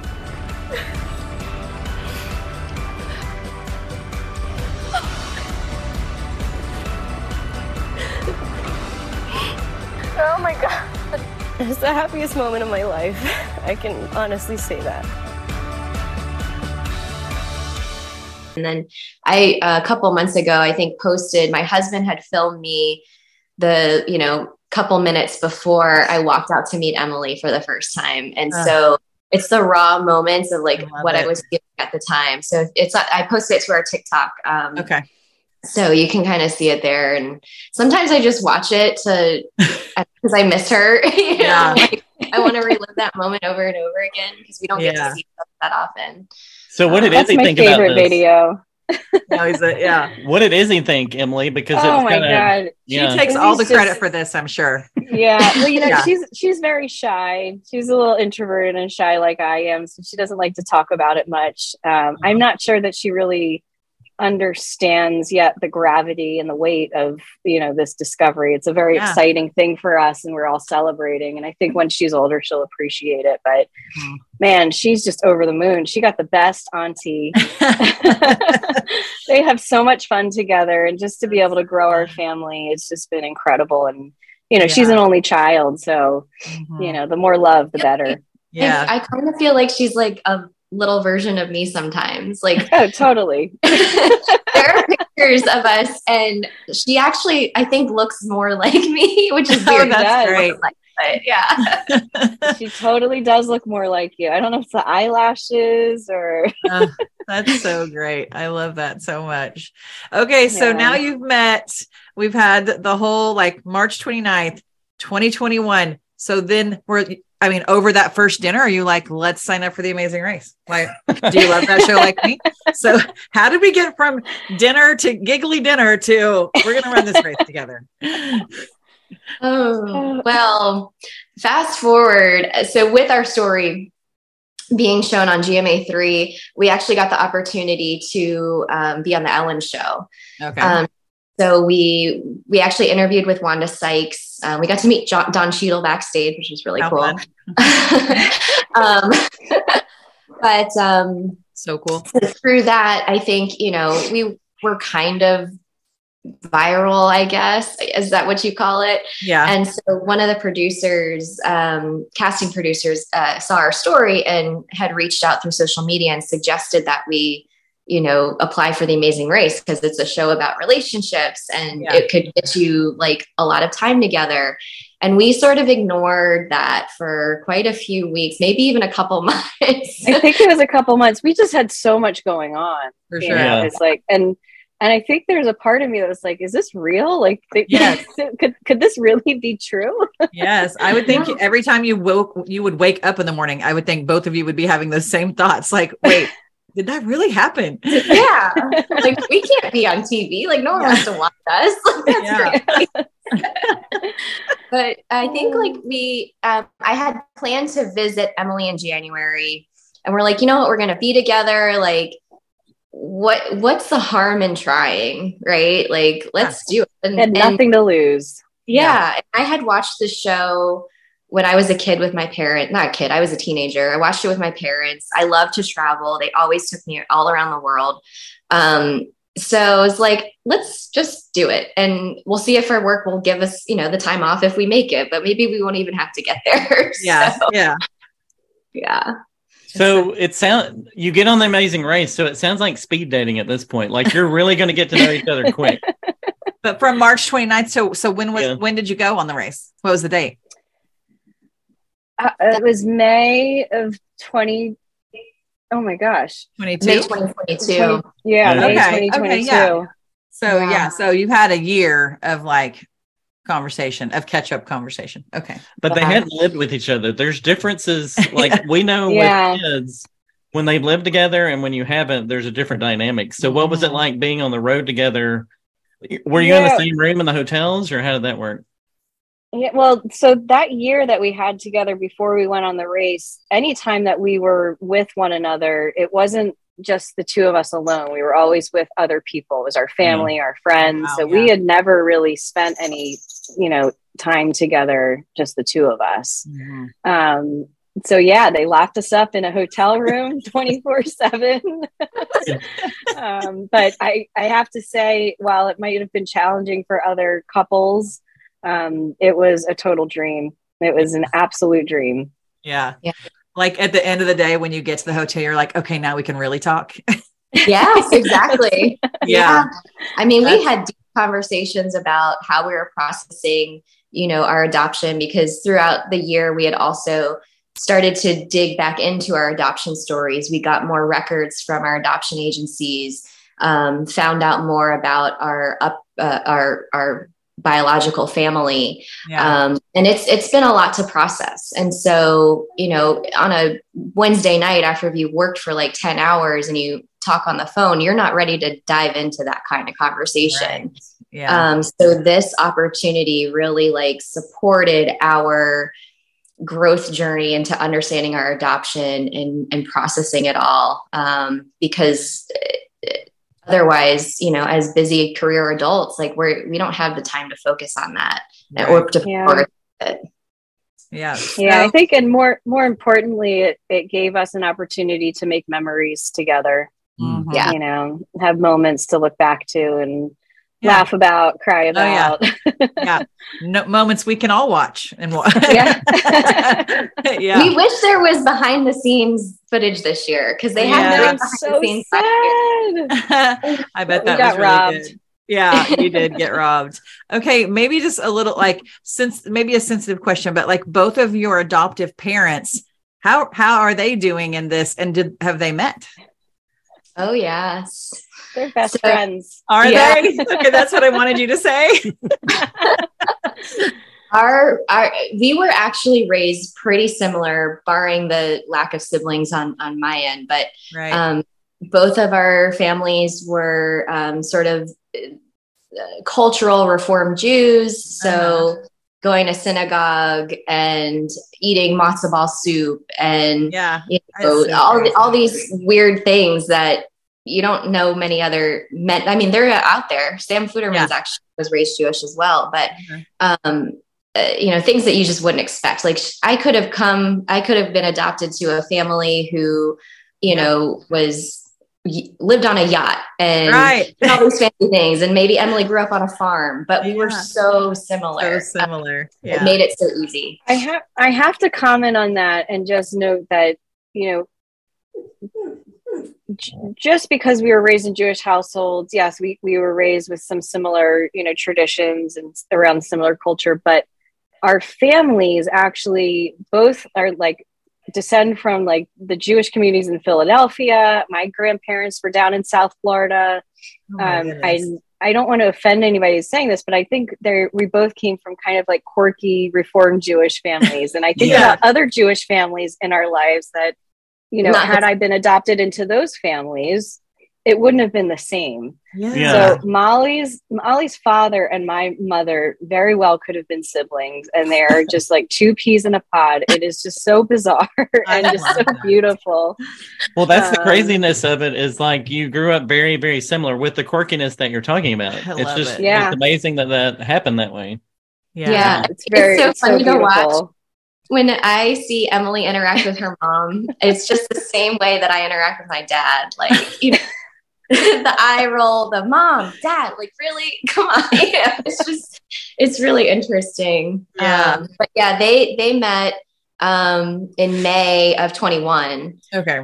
[SPEAKER 5] Oh my God. It's the happiest moment of my life. (laughs) I can honestly say that.
[SPEAKER 3] And then I a couple months ago, I think posted my husband had filmed me the you know couple minutes before I walked out to meet Emily for the first time, and
[SPEAKER 1] Ugh.
[SPEAKER 3] so it's the raw moments of like
[SPEAKER 1] Love
[SPEAKER 3] what
[SPEAKER 1] it.
[SPEAKER 3] I was doing at the time. So it's I posted it to our TikTok. Um,
[SPEAKER 1] Okay.
[SPEAKER 3] so you can kind of see it there and sometimes i just watch it
[SPEAKER 1] (laughs)
[SPEAKER 3] to because i miss her (laughs) you know?
[SPEAKER 1] Yeah.
[SPEAKER 3] Like, i want to relive that moment over and over again because we don't get
[SPEAKER 1] Yeah.
[SPEAKER 3] to see stuff that often
[SPEAKER 2] So what did
[SPEAKER 4] That's
[SPEAKER 2] Izzy
[SPEAKER 4] my
[SPEAKER 2] think about
[SPEAKER 4] favorite
[SPEAKER 2] this?
[SPEAKER 4] video.
[SPEAKER 1] No, he's a,
[SPEAKER 4] (laughs)
[SPEAKER 1] yeah.
[SPEAKER 2] What did Izzy think, Emily? Because
[SPEAKER 4] Oh
[SPEAKER 2] it's
[SPEAKER 4] my
[SPEAKER 2] kinda,
[SPEAKER 4] God.
[SPEAKER 2] Yeah.
[SPEAKER 1] She takes all the
[SPEAKER 4] Izzy's just-
[SPEAKER 1] credit for this, I'm sure.
[SPEAKER 4] Yeah. Well, you know,
[SPEAKER 1] Yeah.
[SPEAKER 4] she's, she's very shy. She's a little introverted and shy like I am. So she doesn't like to talk about it much. Um, I'm not sure that she really understands yet the gravity and the weight of you know this discovery it's a very
[SPEAKER 1] Yeah.
[SPEAKER 4] exciting thing for us and we're all celebrating and i think when she's older she'll appreciate it but
[SPEAKER 1] Mhm.
[SPEAKER 4] man she's just over the moon she got the best
[SPEAKER 1] (laughs)
[SPEAKER 4] auntie (laughs) they have so much fun together and just to be able to grow our family it's just been incredible and you know she's
[SPEAKER 1] Yeah.
[SPEAKER 4] an only child so (laughs) you
[SPEAKER 1] Mhm.
[SPEAKER 4] know the more love the better (laughs)
[SPEAKER 1] Yeah.
[SPEAKER 3] i, I kind of feel like she's like a little version of me
[SPEAKER 1] (laughs)
[SPEAKER 3] sometimes like (laughs)
[SPEAKER 4] oh totally
[SPEAKER 3] there are pictures of us and she actually i think looks more (laughs) like me which is
[SPEAKER 1] Oh,
[SPEAKER 3] weird
[SPEAKER 1] that's
[SPEAKER 4] does.
[SPEAKER 1] great.
[SPEAKER 3] but yeah
[SPEAKER 1] (laughs)
[SPEAKER 4] she totally does look more like you i don't know if it's the eyelashes or (laughs)
[SPEAKER 1] That's so great. I love that so much. Okay, so
[SPEAKER 4] Yeah.
[SPEAKER 1] now you've met. We've had the whole like March 29th, 2021. So then we're I mean, over that first dinner, are you like, let's sign up for the Amazing Race? Like, do you love that show like me? So, how did we get from dinner to giggly dinner to we're going to run this race together?
[SPEAKER 3] Oh, well, fast forward. So, with our story being shown on GMA3, we actually got the opportunity to um, be on The Ellen Show.
[SPEAKER 1] Okay.
[SPEAKER 3] Um, so we we actually interviewed with Wanda Sykes. Uh, we got to meet John, Don Cheadle backstage, which was really
[SPEAKER 1] How
[SPEAKER 3] cool.
[SPEAKER 1] fun.
[SPEAKER 3] (laughs) um, (laughs) but um,
[SPEAKER 1] So cool.
[SPEAKER 3] so through that, I think, you know, we were kind of viral, I guess. Is that what you call it?
[SPEAKER 1] Yeah.
[SPEAKER 3] And so one of the producers, um, casting producers, uh, saw our story and had reached out through social media and suggested that we, you know, apply for the Amazing Race because it's a show about relationships and
[SPEAKER 1] Yeah.
[SPEAKER 3] it could get you like a lot of time together. And we sort of ignored that for quite a few weeks, maybe even a couple (laughs) months.
[SPEAKER 4] I think it was a couple months. We just had so much going on.
[SPEAKER 1] For
[SPEAKER 4] you
[SPEAKER 1] sure.
[SPEAKER 4] know,
[SPEAKER 2] Yeah.
[SPEAKER 4] It's like and and I think there's a part of me that was like, is this real? Like (laughs) th-
[SPEAKER 1] Yes. Mm-hmm.
[SPEAKER 4] could could this really be true?
[SPEAKER 1] Yes, I would think every time you woke, you would wake up in the morning. I would think both of you would be having those same thoughts.
[SPEAKER 3] (laughs)
[SPEAKER 1] Like, wait, did that really happen?
[SPEAKER 3] yeah like we can't be on tv like no one wants to watch us like that's
[SPEAKER 1] Yeah.
[SPEAKER 3] crazy but i think like we um, i had planned to visit emily in january and we're like you know what we're gonna be together like what what's the harm in trying right like let's do it and,
[SPEAKER 4] Had
[SPEAKER 3] and-
[SPEAKER 4] nothing to lose.
[SPEAKER 3] yeah. and I had watched the show when I was a kid with my parents. Not a kid, I was a teenager. I watched it with my parents. I love to travel. They always took me all around the world. Um, so I was like, let's just do it. And we'll see if our work will give us, you know, the time off if we make it, but maybe we won't even have to get there. (laughs)
[SPEAKER 1] Yeah,
[SPEAKER 3] So,
[SPEAKER 1] yeah.
[SPEAKER 3] yeah.
[SPEAKER 2] So it sound you get on the Amazing Race, so it sounds like speed dating at this point. Like you're really going to get to know each other quick.
[SPEAKER 1] But from March 29th, so so when was
[SPEAKER 2] Yeah.
[SPEAKER 1] when did you go on the race? What was the date?
[SPEAKER 4] Uh, it was May of twenty. Oh my gosh.
[SPEAKER 1] 22.
[SPEAKER 3] May 2022.
[SPEAKER 4] 20
[SPEAKER 2] Yeah.
[SPEAKER 4] yeah, May
[SPEAKER 1] Okay, okay,
[SPEAKER 4] 2022.
[SPEAKER 1] yeah. So
[SPEAKER 3] Wow.
[SPEAKER 1] yeah, so you've had a year of like conversation of catch up conversation. Okay.
[SPEAKER 2] But they
[SPEAKER 3] Wow.
[SPEAKER 2] hadn't lived with each other. There's
[SPEAKER 4] (laughs)
[SPEAKER 2] differences. Like we know
[SPEAKER 4] Yeah.
[SPEAKER 2] with kids when they live together and when you haven't, there's a different dynamic. So what was it
[SPEAKER 1] Mhm.
[SPEAKER 2] like being on the road together? Were you in
[SPEAKER 4] Yeah.
[SPEAKER 2] the same room in the hotels, or how did that work?
[SPEAKER 4] Yeah, well, so that year that we had together before we went on the race, anytime that we were with one another, it wasn't just the two of us alone. We were always with other people. It was our family, our friends.
[SPEAKER 1] Mm-hmm. Wow,
[SPEAKER 4] so
[SPEAKER 1] yeah.
[SPEAKER 4] we had never really spent any, you know, time together, just the two of us.
[SPEAKER 3] Mm-hmm.
[SPEAKER 4] Um, so yeah, they locked us up in a hotel room (laughs) 24 seven. (laughs) Um, but I, I have to say, while it might have been challenging for other couples, um, it was a total dream. It was an absolute dream.
[SPEAKER 1] Yeah.
[SPEAKER 3] Yeah.
[SPEAKER 1] Like at the end of the day, when you get to the hotel, you're like, okay, now we can really talk. (laughs)
[SPEAKER 3] Yes, exactly.
[SPEAKER 1] yeah.
[SPEAKER 3] I mean, we
[SPEAKER 1] That's-
[SPEAKER 3] had deep conversations about how we were processing, you know, our adoption because throughout the year we had also started to dig back into our adoption stories. We got more records from our adoption agencies, um, found out more about our up uh, our our biological family
[SPEAKER 1] Yeah.
[SPEAKER 3] um, and it's it's been a lot to process and so you know on a wednesday night after you worked for like 10 hours and you talk on the phone you're not ready to dive into that kind of conversation
[SPEAKER 1] yeah.
[SPEAKER 3] um, so this opportunity really like supported our growth journey into understanding our adoption and and processing it all um, because uh, otherwise you know as busy career adults like we're we don't have the time to focus on that or to
[SPEAKER 4] Yeah.
[SPEAKER 3] or-
[SPEAKER 1] yeah.
[SPEAKER 4] Yeah, I
[SPEAKER 1] So-
[SPEAKER 4] think, and more more importantly, it, it gave us an opportunity to make memories together.
[SPEAKER 1] Mhm.
[SPEAKER 3] Yeah.
[SPEAKER 4] You know, have moments to look back to and
[SPEAKER 1] Yeah. Oh,
[SPEAKER 4] laugh about, cry
[SPEAKER 1] yeah.
[SPEAKER 4] about.
[SPEAKER 1] yeah no, moments we can all watch and watch.
[SPEAKER 4] (laughs) Yeah.
[SPEAKER 1] (laughs) yeah
[SPEAKER 3] we wish there was behind the scenes footage this year because they
[SPEAKER 4] (laughs)
[SPEAKER 3] had
[SPEAKER 1] Yeah.
[SPEAKER 3] no behind
[SPEAKER 4] It's
[SPEAKER 3] the
[SPEAKER 4] so
[SPEAKER 3] scenes last year.
[SPEAKER 4] sad.
[SPEAKER 1] (laughs) i bet
[SPEAKER 4] We
[SPEAKER 1] that was
[SPEAKER 4] got
[SPEAKER 1] really
[SPEAKER 4] robbed.
[SPEAKER 1] good. yeah
[SPEAKER 4] (laughs)
[SPEAKER 1] you did get robbed okay maybe just a little like since maybe a sensitive question but like both of your adoptive parents how how are they doing in this and did have they met
[SPEAKER 3] Oh yes.
[SPEAKER 4] They're best
[SPEAKER 3] So-
[SPEAKER 4] friends.
[SPEAKER 1] are (laughs)
[SPEAKER 3] Yeah.
[SPEAKER 4] (laughs)
[SPEAKER 1] they okay that's what i wanted you to say
[SPEAKER 3] Our, our we were actually raised pretty similar, barring the lack of siblings on on my end. But
[SPEAKER 1] Right.
[SPEAKER 3] um, both of our families were um, sort of uh, cultural reform Jews, so
[SPEAKER 1] Uh-huh.
[SPEAKER 3] going to synagogue and eating matzo ball soup and
[SPEAKER 1] yeah.
[SPEAKER 3] you
[SPEAKER 1] I
[SPEAKER 3] know,
[SPEAKER 1] see.
[SPEAKER 3] all the- all these weird things that you don't know many other men. I mean, they're out there. Sam Fluterman's actually was raised Jewish as well, but
[SPEAKER 1] Mhm.
[SPEAKER 3] um, uh, you know things that you just wouldn't expect. Like sh- I could have come, I could have been adopted to a family who, you know, was y- lived on a yacht and
[SPEAKER 1] Right.
[SPEAKER 3] did all these fancy things, and maybe Emily grew up on a farm, but we were
[SPEAKER 1] Yeah.
[SPEAKER 3] so similar. Um,
[SPEAKER 1] So similar.
[SPEAKER 3] It
[SPEAKER 1] Yeah.
[SPEAKER 3] made it so easy.
[SPEAKER 4] I have I have to comment on that and just note that you know j- just because we were raised in Jewish households, yes, we we were raised with some similar you know traditions and s- around similar culture, but our families actually both are like descend from like the Jewish communities in Philadelphia. My grandparents were down in South Florida
[SPEAKER 1] Oh my
[SPEAKER 4] um, I
[SPEAKER 1] goodness.
[SPEAKER 4] I don't want to offend anybody who's saying this, but I think there we both came from kind of like quirky Reformed Jewish families, and I think
[SPEAKER 1] Yeah.
[SPEAKER 4] about other Jewish families in our lives that you know,
[SPEAKER 3] Not-
[SPEAKER 4] had I been adopted into those families, it wouldn't have been the same.
[SPEAKER 1] yeah.
[SPEAKER 2] Yeah.
[SPEAKER 4] So Molly's Molly's father and my mother very well could have been siblings, and they are just like two peas in a pod. It is just so bizarre (laughs)
[SPEAKER 1] I
[SPEAKER 4] and just
[SPEAKER 1] love
[SPEAKER 4] so
[SPEAKER 1] that.
[SPEAKER 4] beautiful.
[SPEAKER 2] Well, that's the
[SPEAKER 4] Um,
[SPEAKER 2] craziness of it is like you grew up very, very similar with the quirkiness that you're talking about.
[SPEAKER 1] I
[SPEAKER 2] it's
[SPEAKER 1] love
[SPEAKER 2] just
[SPEAKER 1] it.
[SPEAKER 2] it's
[SPEAKER 4] Yeah.
[SPEAKER 2] amazing that that happened that way.
[SPEAKER 1] Yeah.
[SPEAKER 3] yeah.
[SPEAKER 4] It's very
[SPEAKER 3] so
[SPEAKER 4] it's so
[SPEAKER 3] funny to watch.
[SPEAKER 4] beautiful. (laughs)
[SPEAKER 3] when I see Emily interact with her mom, it's just the same way that I interact with my dad. Like, you know, (laughs) the eye roll, the mom, dad, like, really? (laughs) Come on. it's just, it's really interesting.
[SPEAKER 1] Yeah.
[SPEAKER 3] Um, but yeah, they, they met um, in May of 21
[SPEAKER 1] Okay.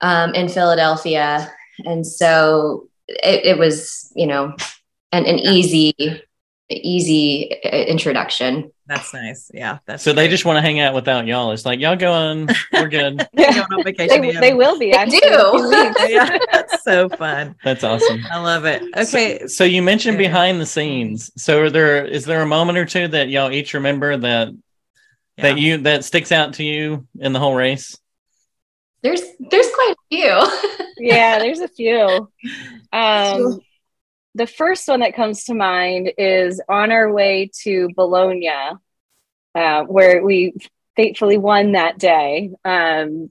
[SPEAKER 3] um, in Philadelphia. And so it, it was, you know, an, an easy, easy uh, introduction.
[SPEAKER 1] That's nice. Yeah. That's
[SPEAKER 2] So they just want to hang out without y'all. It's like y'all go on, we're
[SPEAKER 4] (laughs)
[SPEAKER 2] good.
[SPEAKER 1] they go on vacation.
[SPEAKER 4] They,
[SPEAKER 1] together.
[SPEAKER 4] they will be. actually,
[SPEAKER 3] do.
[SPEAKER 4] in a few
[SPEAKER 1] (laughs)
[SPEAKER 4] weeks.
[SPEAKER 1] yeah, that's so fun.
[SPEAKER 2] That's awesome.
[SPEAKER 1] I love it. Okay.
[SPEAKER 2] So, so you mentioned
[SPEAKER 1] Yeah.
[SPEAKER 2] behind the scenes. So are there is there a moment or two that y'all each remember that that you that sticks out to you in the whole race?
[SPEAKER 3] There's, there's quite a few. (laughs)
[SPEAKER 4] yeah, there's a few. Um, the first one that comes to mind is on our way to Bologna, uh, where we fatefully won that day. Um,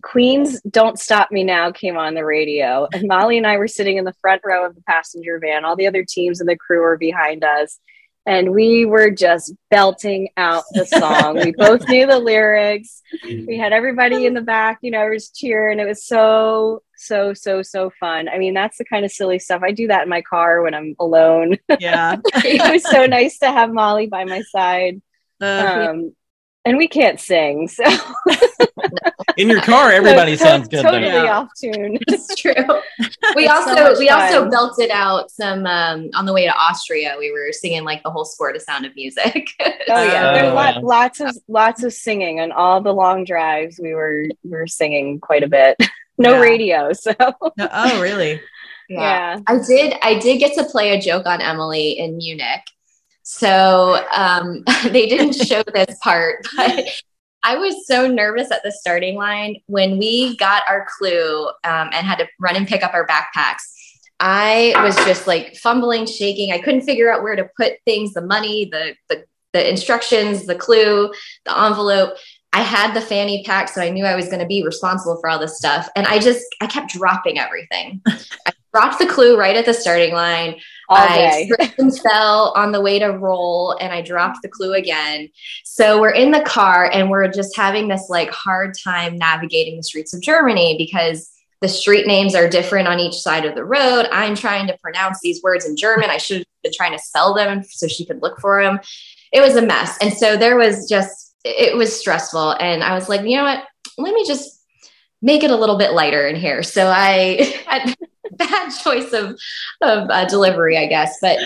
[SPEAKER 4] Queen's Don't Stop Me Now came on the radio, and Molly and I were sitting in the front row of the passenger van. All the other teams and the crew were behind us, and we were just belting out the song. we both knew the lyrics we had everybody in the back, you know, it was cheering. It was so, so, so, so fun. I mean, that's the kind of silly stuff. I do that in my car when I'm alone. (laughs)
[SPEAKER 1] yeah.
[SPEAKER 4] it was so nice to have Molly by my side.
[SPEAKER 1] Uh,
[SPEAKER 4] Um, and we can't sing, so
[SPEAKER 2] In your car, (laughs) everybody
[SPEAKER 4] (laughs) so
[SPEAKER 2] sounds good
[SPEAKER 4] Totally
[SPEAKER 2] though.
[SPEAKER 1] Yeah.
[SPEAKER 4] off tune.
[SPEAKER 3] It's
[SPEAKER 4] (laughs)
[SPEAKER 3] true. We
[SPEAKER 4] It's
[SPEAKER 3] also
[SPEAKER 4] so much
[SPEAKER 3] we also
[SPEAKER 4] fun.
[SPEAKER 3] belted out some um, on the way to Austria. We were singing like the whole score to Sound of Music. (laughs)
[SPEAKER 4] Oh yeah, there
[SPEAKER 2] Oh,
[SPEAKER 4] were lot-
[SPEAKER 2] yeah.
[SPEAKER 4] lots of lots of singing on all the long drives. We were we were singing quite a bit. (laughs) No
[SPEAKER 1] Yeah.
[SPEAKER 4] radio, so (laughs)
[SPEAKER 1] no- oh, really?
[SPEAKER 4] yeah.
[SPEAKER 3] I did. I did get to play a joke on Emily in Munich. So um, (laughs) they didn't show this part, but I was so nervous at the starting line when we got our clue um, and had to run and pick up our backpacks. I was just like fumbling, shaking. I couldn't figure out where to put things, the money, the the, the instructions, the clue, the envelope. I had the fanny pack, so I knew I was going to be responsible for all this stuff. And I just, I kept dropping everything. I dropped the clue right at the starting line.
[SPEAKER 4] all
[SPEAKER 3] I (laughs)
[SPEAKER 4] day.
[SPEAKER 3] tripped and fell on the way to roll, and I dropped the clue again. So we're in the car, and we're just having this like hard time navigating the streets of Germany because the street names are different on each side of the road. I'm trying to pronounce these words in German. I should have been trying to spell them so she could look for them. It was a mess, and so there was just it was stressful, and I was like, you know what? Let me just make it a little bit lighter in here. So I (laughs) had bad choice of of uh, delivery, I guess. But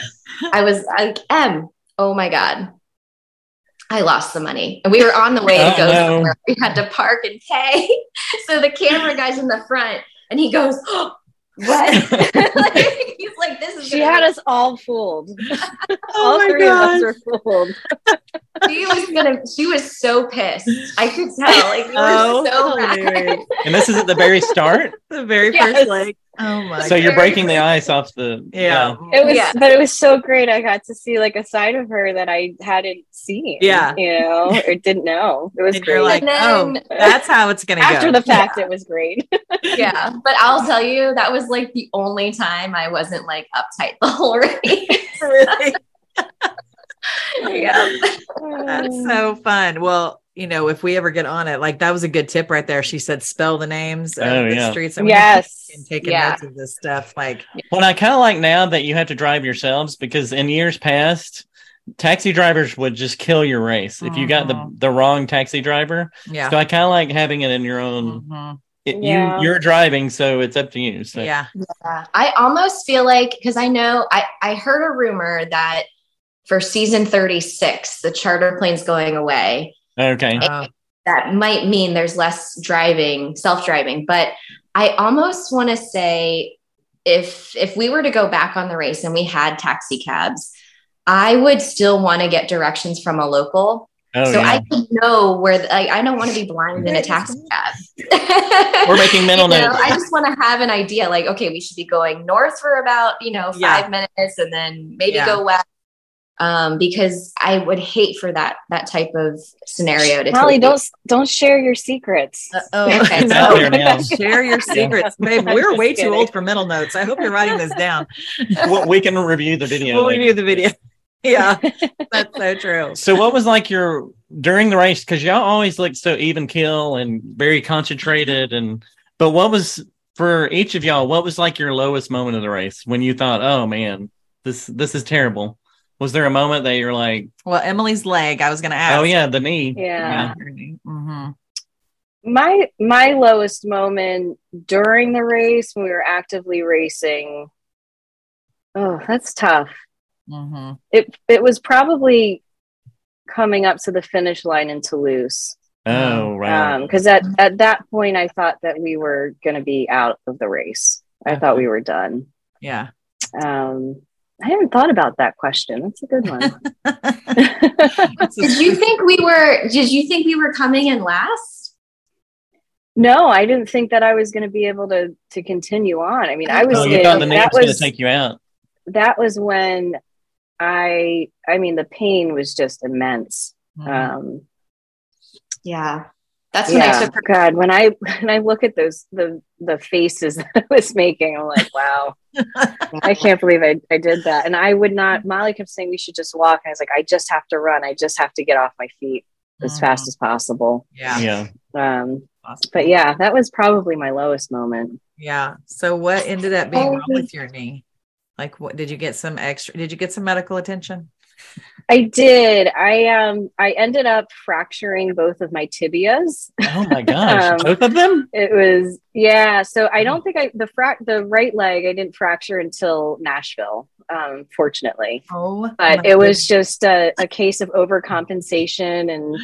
[SPEAKER 3] I was like, M, oh my God. I lost the money. And we were on the way to
[SPEAKER 2] Oh, no.
[SPEAKER 3] go somewhere. We had to park and pay. (laughs) So the camera guy's in the front and he goes, oh, What? (laughs) like, he's like, This is
[SPEAKER 4] She had us all fooled.
[SPEAKER 1] Oh
[SPEAKER 2] Oh
[SPEAKER 4] all three of us were fooled.
[SPEAKER 3] (laughs) she was gonna she was so pissed i could tell like you
[SPEAKER 1] Oh,
[SPEAKER 3] were so mad
[SPEAKER 2] And this is at the very start.
[SPEAKER 1] the very
[SPEAKER 4] Yes.
[SPEAKER 1] first leg. Oh my.
[SPEAKER 2] so
[SPEAKER 1] God.
[SPEAKER 2] you're breaking the ice off the.
[SPEAKER 1] yeah.
[SPEAKER 4] It was,
[SPEAKER 3] Yeah.
[SPEAKER 4] but it was so great. I got to see like a side of her that I hadn't seen.
[SPEAKER 1] Yeah.
[SPEAKER 4] you know, or didn't know. It was
[SPEAKER 1] And
[SPEAKER 4] great.
[SPEAKER 1] you're like,
[SPEAKER 3] And then-
[SPEAKER 1] oh, that's how it's gonna
[SPEAKER 4] After
[SPEAKER 1] go. (laughs)
[SPEAKER 4] the fact, it was great.
[SPEAKER 3] yeah but i'll tell you that was like the only time i wasn't like uptight the whole (laughs) race
[SPEAKER 1] really?
[SPEAKER 3] yeah
[SPEAKER 1] (laughs) That's
[SPEAKER 4] (laughs)
[SPEAKER 1] so fun. Well, you know, if we ever get on it, like that was a good tip right there. She said, spell the names of
[SPEAKER 2] Oh,
[SPEAKER 1] the
[SPEAKER 2] yeah.
[SPEAKER 1] streets. we
[SPEAKER 4] yes.
[SPEAKER 1] and taking
[SPEAKER 3] Yeah.
[SPEAKER 1] notes of this stuff. Like,
[SPEAKER 2] What I kind of like now that you have to drive yourselves because in years past, taxi drivers would just kill your race if you got the
[SPEAKER 1] Mhm.
[SPEAKER 2] the wrong taxi driver.
[SPEAKER 1] yeah,
[SPEAKER 2] So I kind of like having it in your own.
[SPEAKER 1] Mhm.
[SPEAKER 2] It,
[SPEAKER 4] Yeah.
[SPEAKER 2] You you're driving, so it's up to you. So
[SPEAKER 1] yeah,
[SPEAKER 3] Yeah, I almost feel like because I know I, I heard a rumor that for season 36, the charter plane's going away.
[SPEAKER 2] okay,
[SPEAKER 1] Oh,
[SPEAKER 3] That might mean there's less driving, self-driving, but I almost want to say if if we were to go back on the race and we had taxi cabs, I would still want to get directions from a local.
[SPEAKER 2] oh
[SPEAKER 3] so
[SPEAKER 2] yeah,
[SPEAKER 3] I could know where the, I, I don't want to be blind in a taxi cab. (laughs)
[SPEAKER 2] we're making mental
[SPEAKER 3] you know,
[SPEAKER 2] notes.
[SPEAKER 3] I just want to have an idea like, okay, we should be going north for about, you know, five
[SPEAKER 1] Yeah.
[SPEAKER 3] minutes and then maybe
[SPEAKER 1] Yeah.
[SPEAKER 3] go west. Um, because I would hate for that that type of scenario to
[SPEAKER 4] Molly,
[SPEAKER 3] take
[SPEAKER 4] don't don't share your secrets.
[SPEAKER 1] oh,
[SPEAKER 3] Okay.
[SPEAKER 4] (laughs)
[SPEAKER 1] okay.
[SPEAKER 3] It's
[SPEAKER 2] out there
[SPEAKER 1] No, (laughs)
[SPEAKER 2] now.
[SPEAKER 1] share
[SPEAKER 2] (laughs)
[SPEAKER 1] your secrets, babe.
[SPEAKER 4] I'm
[SPEAKER 1] We're
[SPEAKER 4] just
[SPEAKER 1] way too
[SPEAKER 4] kidding.
[SPEAKER 1] old for mental notes. I hope you're writing this
[SPEAKER 2] (laughs)
[SPEAKER 1] down.
[SPEAKER 2] Well, we can review the video.
[SPEAKER 1] We'll
[SPEAKER 2] later.
[SPEAKER 1] review the video. (laughs) Yeah, that's so true.
[SPEAKER 2] So what was like your during the race? Because y'all always looked so even kill and very concentrated, and but what was for each of y'all? What was like your lowest moment of the race when you thought, "Oh man, this this is terrible"? Was there a moment that you're like,
[SPEAKER 1] Well, Emily's leg. I was gonna ask.
[SPEAKER 2] "Oh yeah, the knee"?
[SPEAKER 4] Yeah.
[SPEAKER 1] hmm
[SPEAKER 4] My my lowest moment during the race when we were actively racing. Oh, that's tough.
[SPEAKER 1] hmm
[SPEAKER 4] It it was probably coming up to the finish line in Toulouse.
[SPEAKER 2] Oh right.
[SPEAKER 4] because Um, at, at that point i thought that we were going to be out of the race
[SPEAKER 2] Uh-huh.
[SPEAKER 4] i thought we were done
[SPEAKER 1] Yeah. (laughs)
[SPEAKER 4] um, i haven't thought about that question that's a good one
[SPEAKER 2] (laughs)
[SPEAKER 3] did you think we were did you think we were coming in last?
[SPEAKER 4] (laughs) no i didn't think that i was going to be able to to continue on i mean i was
[SPEAKER 2] oh, you
[SPEAKER 4] in-
[SPEAKER 2] thought the knee
[SPEAKER 4] that
[SPEAKER 2] was going
[SPEAKER 4] was
[SPEAKER 2] to take you out.
[SPEAKER 4] that was when i i mean the pain was just immense
[SPEAKER 1] Mhm.
[SPEAKER 2] Mm-hmm.
[SPEAKER 4] um
[SPEAKER 3] Yeah. That's when I
[SPEAKER 4] yeah,
[SPEAKER 3] took her
[SPEAKER 4] God, when I when I look at those the the faces (laughs) that I was making, I'm
[SPEAKER 3] (laughs)
[SPEAKER 4] like, wow, I can't believe I, I did that. And I would not. Molly kept saying we should just walk, and I was like, I just have to run. I just have to get off my feet as fast as possible.
[SPEAKER 1] Mm-hmm. Yeah.
[SPEAKER 2] Yeah.
[SPEAKER 4] Um,
[SPEAKER 1] Awesome.
[SPEAKER 4] but yeah, that was probably my lowest moment.
[SPEAKER 1] Yeah. So what ended up being wrong
[SPEAKER 3] Oh.
[SPEAKER 1] with your knee? Like what did you get some extra did you get some medical attention?
[SPEAKER 4] I did. I um I ended up fracturing both of my tibias.
[SPEAKER 2] Oh my gosh,
[SPEAKER 4] Um,
[SPEAKER 2] both of
[SPEAKER 4] (laughs)
[SPEAKER 2] them.
[SPEAKER 4] It was yeah. So I don't think I the frac the right leg I didn't fracture until Nashville. Um, fortunately.
[SPEAKER 1] Oh
[SPEAKER 4] but it was just a, a case of overcompensation and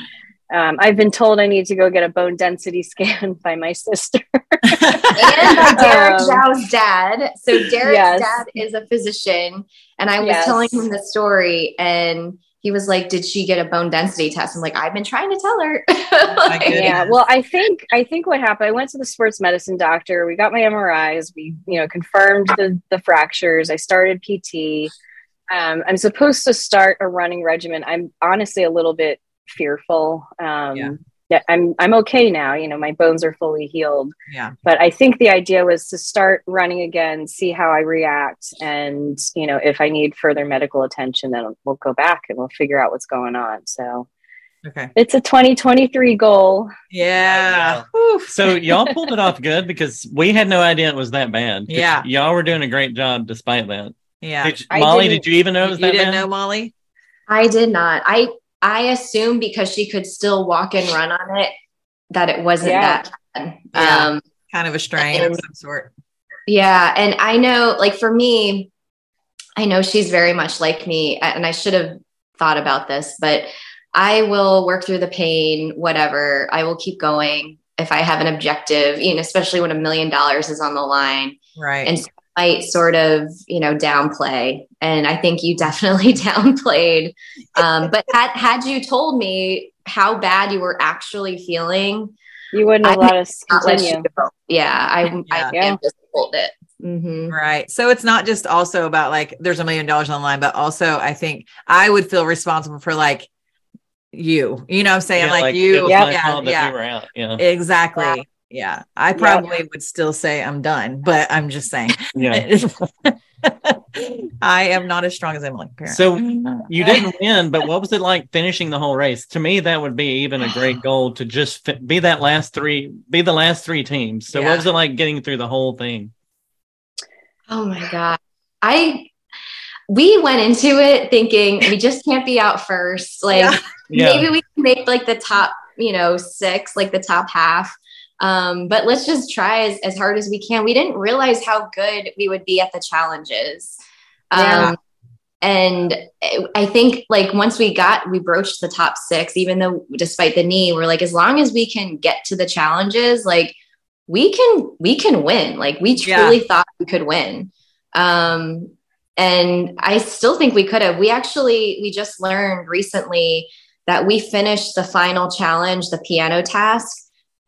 [SPEAKER 4] um, i've been told i need to go get a bone density (laughs) scan by my sister
[SPEAKER 3] and
[SPEAKER 4] (laughs)
[SPEAKER 3] by Derek
[SPEAKER 4] Um,
[SPEAKER 3] Zhao's dad. So Derek's
[SPEAKER 4] Yes.
[SPEAKER 3] dad is a physician, and I was
[SPEAKER 4] Yes.
[SPEAKER 3] telling him the story, and he was like, "Did she get a bone density test?" I'm like, "I've been trying to tell her." (laughs) Like,
[SPEAKER 1] goodness.
[SPEAKER 4] yeah well i think i think what happened i went to the sports medicine doctor we got my mris we you know confirmed the, the fractures i started pt um, i'm supposed to start a running regimen i'm honestly a little bit fearful um,
[SPEAKER 1] Yeah.
[SPEAKER 4] that I'm, I'm okay now you know my bones are fully healed
[SPEAKER 1] yeah.
[SPEAKER 4] but I think the idea was to start running again, see how I react, and you know if I need further medical attention, then we'll go back and we'll figure out what's going on. So
[SPEAKER 1] Okay.
[SPEAKER 4] it's a 2023 goal.
[SPEAKER 1] Yeah.
[SPEAKER 2] Yeah. So y'all pulled it off good because we had no idea it was that bad. 'Cause
[SPEAKER 1] Yeah.
[SPEAKER 2] Y'all were doing a great job despite that.
[SPEAKER 1] Yeah.
[SPEAKER 2] Did you-
[SPEAKER 4] I
[SPEAKER 2] Molly,
[SPEAKER 4] didn't-
[SPEAKER 2] did you even know it
[SPEAKER 1] You
[SPEAKER 2] was that
[SPEAKER 1] didn't
[SPEAKER 2] bad?
[SPEAKER 1] know Molly?
[SPEAKER 3] I did not. I I assume because she could still walk and run on it that it wasn't
[SPEAKER 4] Yeah.
[SPEAKER 3] that. Bad.
[SPEAKER 1] Yeah.
[SPEAKER 3] Um,
[SPEAKER 1] Kind of a strain of some sort.
[SPEAKER 3] yeah, and I know, like for me, I know she's very much like me, a- and I should have thought about this, but I will work through the pain, whatever. I will keep going if I have an objective, you know, especially when a million dollars is on the line.
[SPEAKER 1] Right.
[SPEAKER 3] And so light sort of you know downplay and i think you (laughs) definitely downplayed um, but had, had you told me how bad you were actually feeling
[SPEAKER 4] You wouldn't have
[SPEAKER 3] I
[SPEAKER 4] let us
[SPEAKER 3] not let you
[SPEAKER 4] continue.
[SPEAKER 3] go. yeah i i
[SPEAKER 4] Yeah.
[SPEAKER 3] am just hold it Mhm.
[SPEAKER 1] Right. So it's not just also about like there's a million dollars online, but also I think I would feel responsible for like you. You know what I'm saying?
[SPEAKER 2] Yeah,
[SPEAKER 1] like,
[SPEAKER 2] it
[SPEAKER 1] you.
[SPEAKER 2] was my
[SPEAKER 1] Yeah.
[SPEAKER 2] fault that
[SPEAKER 1] Yeah.
[SPEAKER 2] you were out. Yeah,
[SPEAKER 1] Exactly.
[SPEAKER 3] Wow.
[SPEAKER 1] Yeah. I probably would still say I'm done, but I'm just saying
[SPEAKER 2] (laughs) yeah.
[SPEAKER 1] I am not as strong as Emily. (laughs) Apparently.
[SPEAKER 2] So you didn't win, but what was it like finishing the whole race? To me, that would be even a
[SPEAKER 1] (sighs)
[SPEAKER 2] great goal to just fi- be that last three, be the last three teams. So
[SPEAKER 1] Yeah.
[SPEAKER 2] what was it like getting through the whole thing?
[SPEAKER 3] oh my god i we went into it thinking we just can't be out first like
[SPEAKER 1] Yeah.
[SPEAKER 2] Yeah,
[SPEAKER 3] maybe we can make like the top you know six like the top half um but let's just try as, as hard as we can we didn't realize how good we would be at the challenges um
[SPEAKER 1] Yeah.
[SPEAKER 3] and I- i think like once we got we broached the top six even though despite the knee we're like as long as we can get to the challenges like we can we can win like we
[SPEAKER 1] Yeah.
[SPEAKER 3] truly thought we could win um and i still think we could have we actually we just learned recently that we finished the final challenge, the piano task.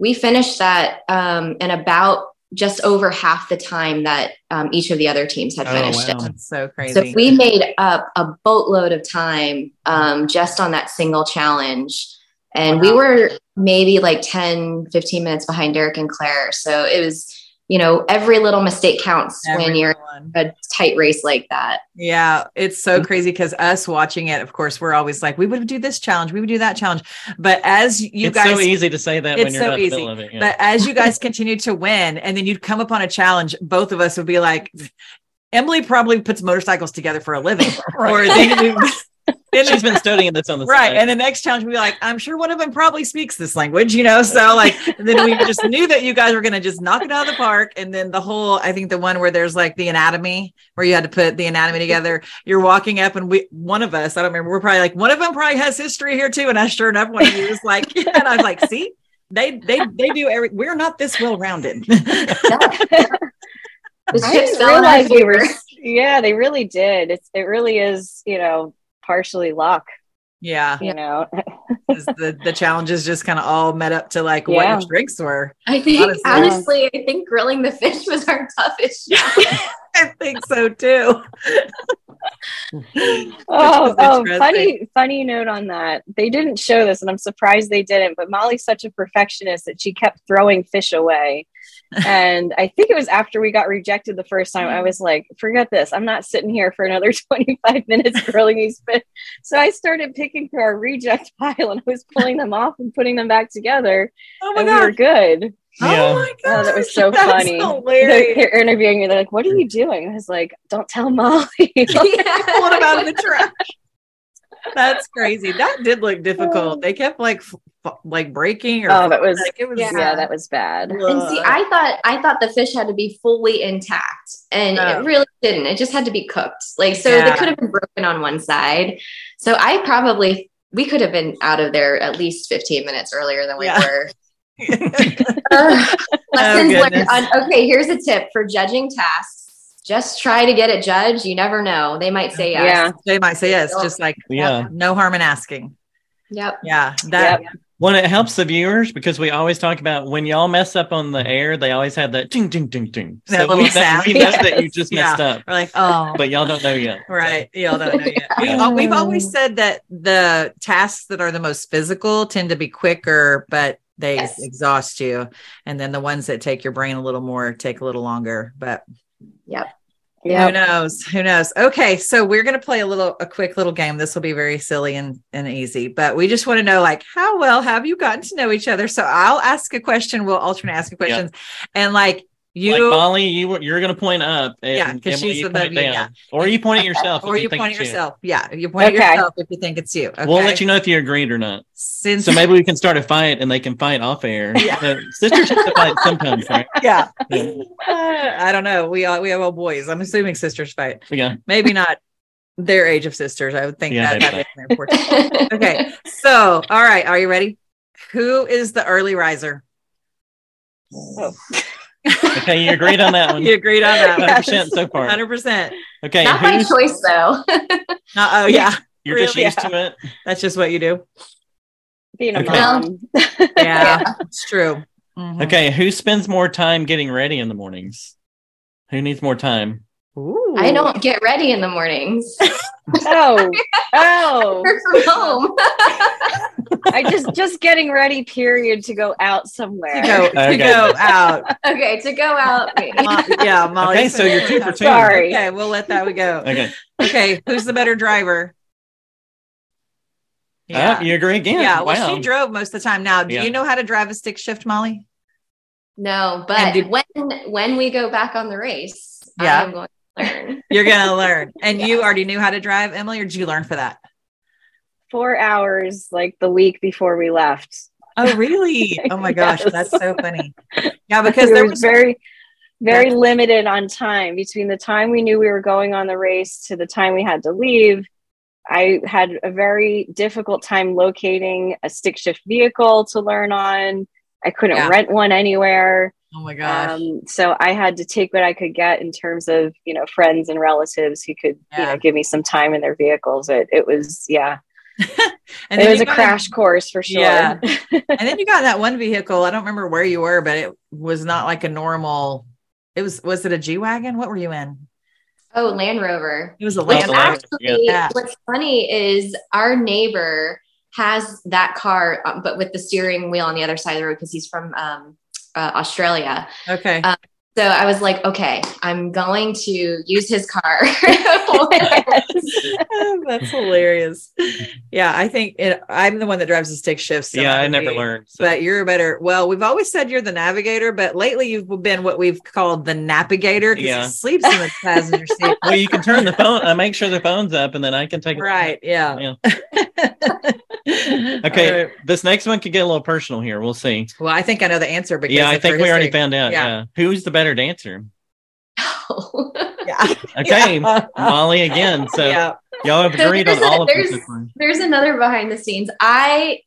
[SPEAKER 3] We finished that um, in about just over half the time that um, each of the other teams had
[SPEAKER 2] Oh,
[SPEAKER 3] finished
[SPEAKER 2] wow.
[SPEAKER 1] That's so
[SPEAKER 3] it.
[SPEAKER 1] crazy.
[SPEAKER 3] So we made up a boatload of time um, just on that single challenge. And we were maybe like 10, 15 minutes behind Derek and Claire. So it was, you know, every little mistake counts when you're
[SPEAKER 1] Everyone.
[SPEAKER 3] in a tight race like that.
[SPEAKER 1] Yeah, it's so crazy because us watching it, of course, we're always like, we would do this challenge, we would do that challenge. But as you
[SPEAKER 2] it's
[SPEAKER 1] guys
[SPEAKER 2] so easy to say that
[SPEAKER 1] it's
[SPEAKER 2] when you're
[SPEAKER 1] so
[SPEAKER 2] not in the
[SPEAKER 1] easy,
[SPEAKER 2] middle of it. Yeah.
[SPEAKER 1] But as you guys continued to win, and then you'd come upon a challenge, both of us would be like, Emily probably puts motorcycles together for a living. Or then you, then
[SPEAKER 2] She's been studying this on the
[SPEAKER 1] (laughs) right.
[SPEAKER 2] side.
[SPEAKER 1] And the next challenge would be like, I'm sure one of them probably speaks this language, you know? So, like, and then we just knew that you guys were going to just knock it out of the park. And then the whole, I think the one where there's like the anatomy, where you had to put the anatomy together, you're walking up, and we, one of us, I don't remember, we're probably like, one of them probably has history here too. And I sure enough, one of you was like, and I was like, see? They they they do every. We're not this well rounded.
[SPEAKER 3] This
[SPEAKER 4] I
[SPEAKER 3] ship
[SPEAKER 4] didn't
[SPEAKER 3] fell in our
[SPEAKER 4] realize we were.
[SPEAKER 3] favor. (laughs)
[SPEAKER 4] Yeah, they really did. It's it really is. You know, partially luck.
[SPEAKER 1] (laughs) yeah,
[SPEAKER 3] (laughs)
[SPEAKER 4] You know,
[SPEAKER 1] 'cause the the challenges just kind of all met up to like what
[SPEAKER 4] Yeah.
[SPEAKER 1] your strengths were.
[SPEAKER 3] I think
[SPEAKER 1] Honestly.
[SPEAKER 3] honestly, I think grilling the fish (laughs) was our toughest challenge.
[SPEAKER 1] (laughs) I think so
[SPEAKER 4] (laughs)
[SPEAKER 1] too.
[SPEAKER 4] Oh,
[SPEAKER 1] was
[SPEAKER 4] oh,
[SPEAKER 1] interesting.
[SPEAKER 4] funny, funny note on that. They didn't show this, and I'm surprised they didn't. But Molly's such a perfectionist that she kept throwing
[SPEAKER 3] (laughs)
[SPEAKER 4] fish away. and I think it was after we got rejected the first time.
[SPEAKER 3] Mm.
[SPEAKER 4] I was like, "Forget this! I'm not sitting here for another (laughs) 25 minutes grilling these fish." So I started picking through our reject (laughs) pile, and I was pulling them off and putting them back together,
[SPEAKER 1] Oh my
[SPEAKER 4] and we were
[SPEAKER 1] god!
[SPEAKER 4] good.
[SPEAKER 1] Oh
[SPEAKER 2] Yeah.
[SPEAKER 1] my god!
[SPEAKER 4] Oh, that was
[SPEAKER 1] (laughs)
[SPEAKER 4] so funny. They're,
[SPEAKER 1] Hilarious.
[SPEAKER 4] they're interviewing me. They're like, "What are
[SPEAKER 1] Mm.
[SPEAKER 4] you doing?" I was like, "Don't tell Molly." (laughs)
[SPEAKER 1] Pull it out of the trash. That's crazy. That did look difficult. They kept like f- f- like breaking or
[SPEAKER 4] oh, that was
[SPEAKER 1] like it was.
[SPEAKER 3] Yeah.
[SPEAKER 4] yeah, that was bad.
[SPEAKER 3] and see, I thought I thought the fish had to be fully intact, and
[SPEAKER 1] Oh.
[SPEAKER 3] it really didn't. It just had to be cooked. Like so,
[SPEAKER 1] Yeah.
[SPEAKER 3] they could have been broken on one side. So I probably we could have been out of there at least 15 minutes earlier than we
[SPEAKER 1] Yeah. (laughs)
[SPEAKER 3] were.
[SPEAKER 4] (laughs)
[SPEAKER 3] Ugh. Lessons learned.
[SPEAKER 1] Oh, goodness.
[SPEAKER 3] On, okay, here's a tip for judging tasks: just try to get it judged. You never know; they might say yes.
[SPEAKER 4] Yeah.
[SPEAKER 1] they might say yes. Just like
[SPEAKER 2] yeah.
[SPEAKER 1] no harm in asking.
[SPEAKER 3] Yep.
[SPEAKER 1] Yeah, that
[SPEAKER 2] Well, it helps the viewers because we always talk about when y'all mess up on the air, they always have that ding, ding, ding, ding.
[SPEAKER 1] That
[SPEAKER 2] so
[SPEAKER 1] little
[SPEAKER 2] we, (laughs) that, we know
[SPEAKER 4] sound.
[SPEAKER 2] that you just
[SPEAKER 1] Yes.
[SPEAKER 2] messed up,
[SPEAKER 1] we're like oh.
[SPEAKER 2] but y'all don't know yet.
[SPEAKER 1] Right. Y'all don't know yet. We, al- we've always said that the tasks that are the most physical tend to be quicker, but they
[SPEAKER 3] Yes.
[SPEAKER 1] exhaust you. And then the ones that take your brain a little more take a little longer. But
[SPEAKER 4] Yeah.
[SPEAKER 1] (laughs) who knows? Who knows? Okay. So we're going to play a little, a quick little game. This will be very silly and, and easy, but we just want to know like, how well have you gotten to know each other? So I'll ask a question. We'll alternate asking questions. And like, (laughs) you
[SPEAKER 2] like Molly, you were- you're gonna point up, and
[SPEAKER 1] Yeah, 'cause
[SPEAKER 2] Emily,
[SPEAKER 1] she's
[SPEAKER 2] you
[SPEAKER 1] above
[SPEAKER 2] point
[SPEAKER 1] you,
[SPEAKER 2] down,
[SPEAKER 1] yeah.
[SPEAKER 2] or you point at yourself,
[SPEAKER 1] or
[SPEAKER 2] if
[SPEAKER 1] you
[SPEAKER 2] think
[SPEAKER 1] point at
[SPEAKER 2] it's you.
[SPEAKER 1] yourself. Yeah. You point
[SPEAKER 4] Okay.
[SPEAKER 1] at yourself if you think it's you. Okay.
[SPEAKER 2] We'll let you know if you agreed
[SPEAKER 1] (laughs)
[SPEAKER 2] or not.
[SPEAKER 1] Since
[SPEAKER 2] (laughs) So maybe we can start a fight, and they can fight off air.
[SPEAKER 1] Yeah.
[SPEAKER 2] So sisters have to fight sometimes, right?
[SPEAKER 1] yeah.
[SPEAKER 2] Yeah.
[SPEAKER 1] Uh, I don't know. We all we have all boys. I'm assuming sisters fight.
[SPEAKER 2] Yeah.
[SPEAKER 1] Maybe not their age of sisters. I would think
[SPEAKER 2] Yeah,
[SPEAKER 1] that that
[SPEAKER 2] maybe
[SPEAKER 1] is their fortune. Okay. So, all right. Are you ready? Who is the early riser?
[SPEAKER 2] Okay, you agreed
[SPEAKER 1] (laughs)
[SPEAKER 2] on that one.
[SPEAKER 1] You agreed on that.
[SPEAKER 4] Yeah.
[SPEAKER 1] one.
[SPEAKER 2] 100% so (laughs) far.
[SPEAKER 1] 100%.
[SPEAKER 2] Okay,
[SPEAKER 3] (laughs) Not by
[SPEAKER 2] who's-
[SPEAKER 1] (laughs)
[SPEAKER 3] choice though.
[SPEAKER 1] No, oh, yeah.
[SPEAKER 2] you're just
[SPEAKER 1] really,
[SPEAKER 2] used to it.
[SPEAKER 1] That's just what you do.
[SPEAKER 4] Being a
[SPEAKER 2] Okay.
[SPEAKER 4] mom.
[SPEAKER 1] Yeah. It's true. Mhm.
[SPEAKER 2] Okay, who spends more time getting ready in the mornings? Who needs more time?
[SPEAKER 1] Ooh.
[SPEAKER 3] I don't get ready in
[SPEAKER 1] (laughs)
[SPEAKER 3] the mornings.
[SPEAKER 4] Oh, (laughs) oh.
[SPEAKER 3] Work from home.
[SPEAKER 4] I just just getting ready. Period to go out somewhere.
[SPEAKER 1] To go,
[SPEAKER 2] Okay.
[SPEAKER 1] to go out.
[SPEAKER 3] okay, to
[SPEAKER 1] (laughs)
[SPEAKER 3] go out. maybe.
[SPEAKER 1] Mo-
[SPEAKER 2] (laughs)
[SPEAKER 1] yeah, Molly.
[SPEAKER 2] Okay, so you're two for two.
[SPEAKER 4] Sorry.
[SPEAKER 1] Okay, we'll let that go. (laughs)
[SPEAKER 2] Okay, Oh,
[SPEAKER 1] Okay, who's the better driver?
[SPEAKER 2] Ah, you agree again.
[SPEAKER 1] Yeah, well,
[SPEAKER 2] wow.
[SPEAKER 1] she drove most of the time. Now, do
[SPEAKER 2] Yeah.
[SPEAKER 1] you know how to drive a stick shift, Molly?
[SPEAKER 3] No, but
[SPEAKER 1] And did-
[SPEAKER 3] when when we go back on the race,
[SPEAKER 1] Yeah.
[SPEAKER 3] I am going to learn.
[SPEAKER 1] You're gonna (laughs) learn. And you already knew how to drive, Emily, or did you learn for that?
[SPEAKER 4] Four hours, like the week before we left.
[SPEAKER 1] Oh, (laughs) really? Oh my gosh,
[SPEAKER 4] Yes.
[SPEAKER 1] that's so funny. Yeah,
[SPEAKER 4] (laughs)
[SPEAKER 1] because
[SPEAKER 4] we
[SPEAKER 1] there
[SPEAKER 4] were
[SPEAKER 1] was
[SPEAKER 4] very very limited on time between the time we knew we were going on the race to the time we had to leave i had a very difficult time locating a stick shift vehicle to learn on i couldn't
[SPEAKER 1] Yeah.
[SPEAKER 4] rent one anywhere
[SPEAKER 1] Oh my gosh.
[SPEAKER 4] um, so i had to take what i could get in terms of you know friends and relatives who could you
[SPEAKER 1] Yeah.
[SPEAKER 4] know give me some time in their vehicles it, it was yeah
[SPEAKER 1] and
[SPEAKER 4] it
[SPEAKER 1] then
[SPEAKER 4] was
[SPEAKER 1] you
[SPEAKER 4] a
[SPEAKER 1] got in-
[SPEAKER 4] crash course for sure (laughs)
[SPEAKER 1] Yeah. and then you got in that one vehicle. I don't remember where you were, but it was not like a normal. It was was it a G wagon? What were you in?
[SPEAKER 3] Oh, Land Rover.
[SPEAKER 1] It was a
[SPEAKER 2] Well,
[SPEAKER 1] Oh, Land
[SPEAKER 2] it's a
[SPEAKER 1] Rover.
[SPEAKER 2] Land
[SPEAKER 3] Actually,
[SPEAKER 1] Yeah.
[SPEAKER 3] what's funny is our neighbor has that car, um, but with the steering wheel on the other side of the road because he's from um, uh, Australia.
[SPEAKER 1] Okay.
[SPEAKER 3] Uh, So I was like, okay, I'm going to use his car. (laughs) I
[SPEAKER 1] (laughs) That's
[SPEAKER 2] (laughs)
[SPEAKER 1] hilarious. Yeah, I think it, I'm the one that drives the stick shifts. so
[SPEAKER 2] yeah, I
[SPEAKER 1] would
[SPEAKER 2] never
[SPEAKER 1] be-
[SPEAKER 2] learned. so-
[SPEAKER 1] But (laughs) you're better. Well, we've always said you're the navigator, but lately you've been what we've called the navigator because
[SPEAKER 2] Yeah.
[SPEAKER 1] he sleeps in the passenger
[SPEAKER 2] (laughs)
[SPEAKER 1] seat. (laughs)
[SPEAKER 2] well, you can turn the phone. I make sure the phone's up, and then I can take it.
[SPEAKER 1] right. Yeah. (laughs)
[SPEAKER 2] Yeah.
[SPEAKER 1] okay.
[SPEAKER 2] Okay, this next one could get a little personal here. We'll see.
[SPEAKER 1] Well, I think I know the answer because
[SPEAKER 2] yeah, I
[SPEAKER 1] of her
[SPEAKER 2] think we already
[SPEAKER 1] history.
[SPEAKER 2] found out.
[SPEAKER 1] Yeah.
[SPEAKER 2] Yeah. who's the better dancer?
[SPEAKER 1] (laughs) Yeah.
[SPEAKER 2] (laughs) Okay,
[SPEAKER 1] (laughs) Yeah.
[SPEAKER 2] Molly again. So
[SPEAKER 1] yeah.
[SPEAKER 2] y'all have
[SPEAKER 3] So
[SPEAKER 2] agreed on
[SPEAKER 3] there's a-
[SPEAKER 2] all of
[SPEAKER 3] there's-
[SPEAKER 2] this. one.
[SPEAKER 3] (laughs) There's another behind the scenes. I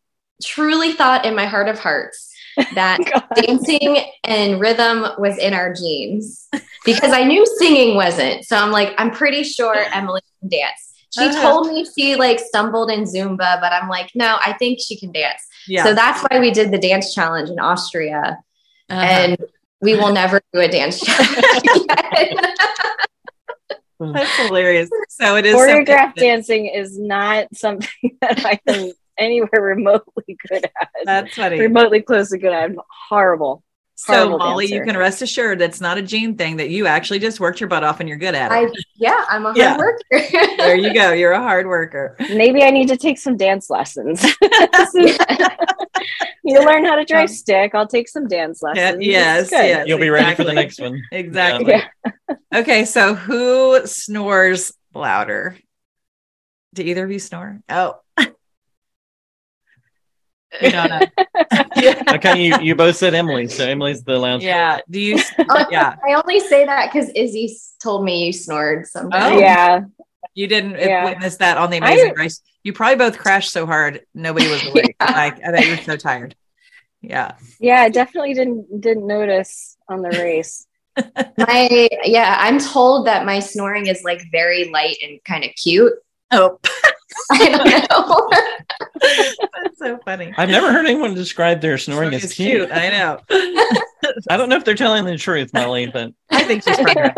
[SPEAKER 3] truly thought in my heart of hearts that dancing and rhythm was in our genes because I knew singing wasn't. So I'm like, I'm pretty sure Emily can dance. She
[SPEAKER 1] Uh-huh.
[SPEAKER 3] told me she like stumbled in Zumba, but I'm like, no, I think she can dance.
[SPEAKER 1] Yeah. (laughs)
[SPEAKER 3] So that's why we did the dance challenge in Austria,
[SPEAKER 1] Uh-huh.
[SPEAKER 3] and we will never do a dance challenge again. (laughs)
[SPEAKER 1] That's hilarious. So it is something
[SPEAKER 4] uh, choreographed
[SPEAKER 1] that-
[SPEAKER 4] dancing is not something (laughs) that I am anywhere remotely good at.
[SPEAKER 1] That's funny.
[SPEAKER 4] remotely close to good at. I'm horrible.
[SPEAKER 1] So
[SPEAKER 4] horrible
[SPEAKER 1] Molly, you
[SPEAKER 4] dancer.
[SPEAKER 1] can rest assured that's not a gene thing. That you actually just worked your butt off and you're good at it.
[SPEAKER 3] I, yeah, I'm a hard
[SPEAKER 1] Yeah.
[SPEAKER 3] worker.
[SPEAKER 1] there you go. You're a hard
[SPEAKER 4] (laughs)
[SPEAKER 1] worker.
[SPEAKER 4] Maybe I need to take some dance lessons. (laughs) you learn how to drive stick. I'll take some dance
[SPEAKER 1] Um, Yeah,
[SPEAKER 4] lessons.
[SPEAKER 1] yes,
[SPEAKER 4] It's good.
[SPEAKER 1] yes.
[SPEAKER 2] You'll be ready for the
[SPEAKER 1] exactly.
[SPEAKER 2] next one.
[SPEAKER 1] Exactly. (laughs)
[SPEAKER 4] Yeah.
[SPEAKER 1] Okay, so who snores louder? Do either of you snore? (laughs) Oh. We don't know. (laughs) yeah.
[SPEAKER 2] Okay, you, you both said Emily, so Emily's the loud.
[SPEAKER 1] yeah. Do you? (laughs) Yeah.
[SPEAKER 3] I only say that because Izzy s- told me you snored sometimes.
[SPEAKER 1] Oh.
[SPEAKER 4] yeah.
[SPEAKER 1] You didn't
[SPEAKER 4] Yeah.
[SPEAKER 1] witness that on the
[SPEAKER 4] I-
[SPEAKER 1] Amazing Race. You probably both crashed so hard nobody was (laughs) awake.
[SPEAKER 3] Yeah.
[SPEAKER 1] Like I bet you're so tired. Yeah.
[SPEAKER 4] Yeah, I definitely didn't didn't notice on
[SPEAKER 1] (laughs)
[SPEAKER 4] the race.
[SPEAKER 3] My yeah, I'm told that my snoring is like very light and kind of cute.
[SPEAKER 1] Oh,
[SPEAKER 3] (laughs) I don't know.
[SPEAKER 1] (laughs) that's so funny.
[SPEAKER 2] I've never heard anyone describe their snoring as
[SPEAKER 1] It's
[SPEAKER 2] cute.
[SPEAKER 1] I know.
[SPEAKER 2] I don't know if they're telling the truth, Molly, but
[SPEAKER 1] I think she's
[SPEAKER 2] (laughs)
[SPEAKER 1] probably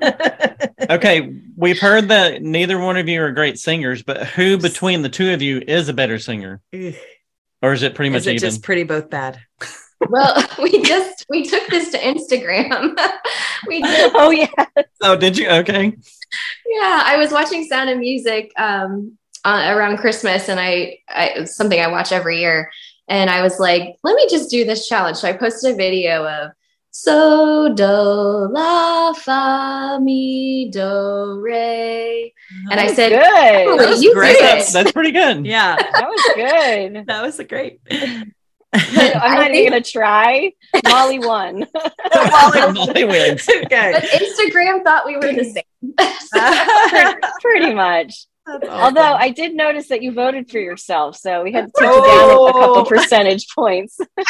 [SPEAKER 1] right.
[SPEAKER 2] okay. We've heard that neither one of you are great singers, but who between the two of you is a better singer? Or is it pretty much
[SPEAKER 1] Is it
[SPEAKER 2] even?
[SPEAKER 1] just pretty both bad?
[SPEAKER 3] well, we just we took this to Instagram. (laughs) we did
[SPEAKER 4] oh yeah.
[SPEAKER 2] Oh, did you? Okay.
[SPEAKER 3] yeah i was watching sound of music um uh, around christmas and i, I it's something i watch every year and i was like let me just do this challenge so i posted a video of so do la fa mi do re
[SPEAKER 1] Uh-huh.
[SPEAKER 3] and i said
[SPEAKER 4] good.
[SPEAKER 3] "Emily, you
[SPEAKER 1] great.
[SPEAKER 3] did
[SPEAKER 2] That's,
[SPEAKER 3] it.
[SPEAKER 2] that's pretty good.
[SPEAKER 1] Yeah,
[SPEAKER 4] That was
[SPEAKER 1] (laughs)
[SPEAKER 4] good.
[SPEAKER 1] that was a great.
[SPEAKER 4] I'm
[SPEAKER 3] I
[SPEAKER 4] not even
[SPEAKER 3] think-
[SPEAKER 4] gonna try. Molly
[SPEAKER 1] (laughs)
[SPEAKER 4] won. (laughs)
[SPEAKER 2] Molly wins.
[SPEAKER 1] okay. Uh, (laughs)
[SPEAKER 3] but instagram thought we were the same (laughs)
[SPEAKER 4] pretty, pretty much. Although I did notice that you voted for yourself, so we had to take you down a couple
[SPEAKER 1] Oh.
[SPEAKER 4] percentage points. (laughs)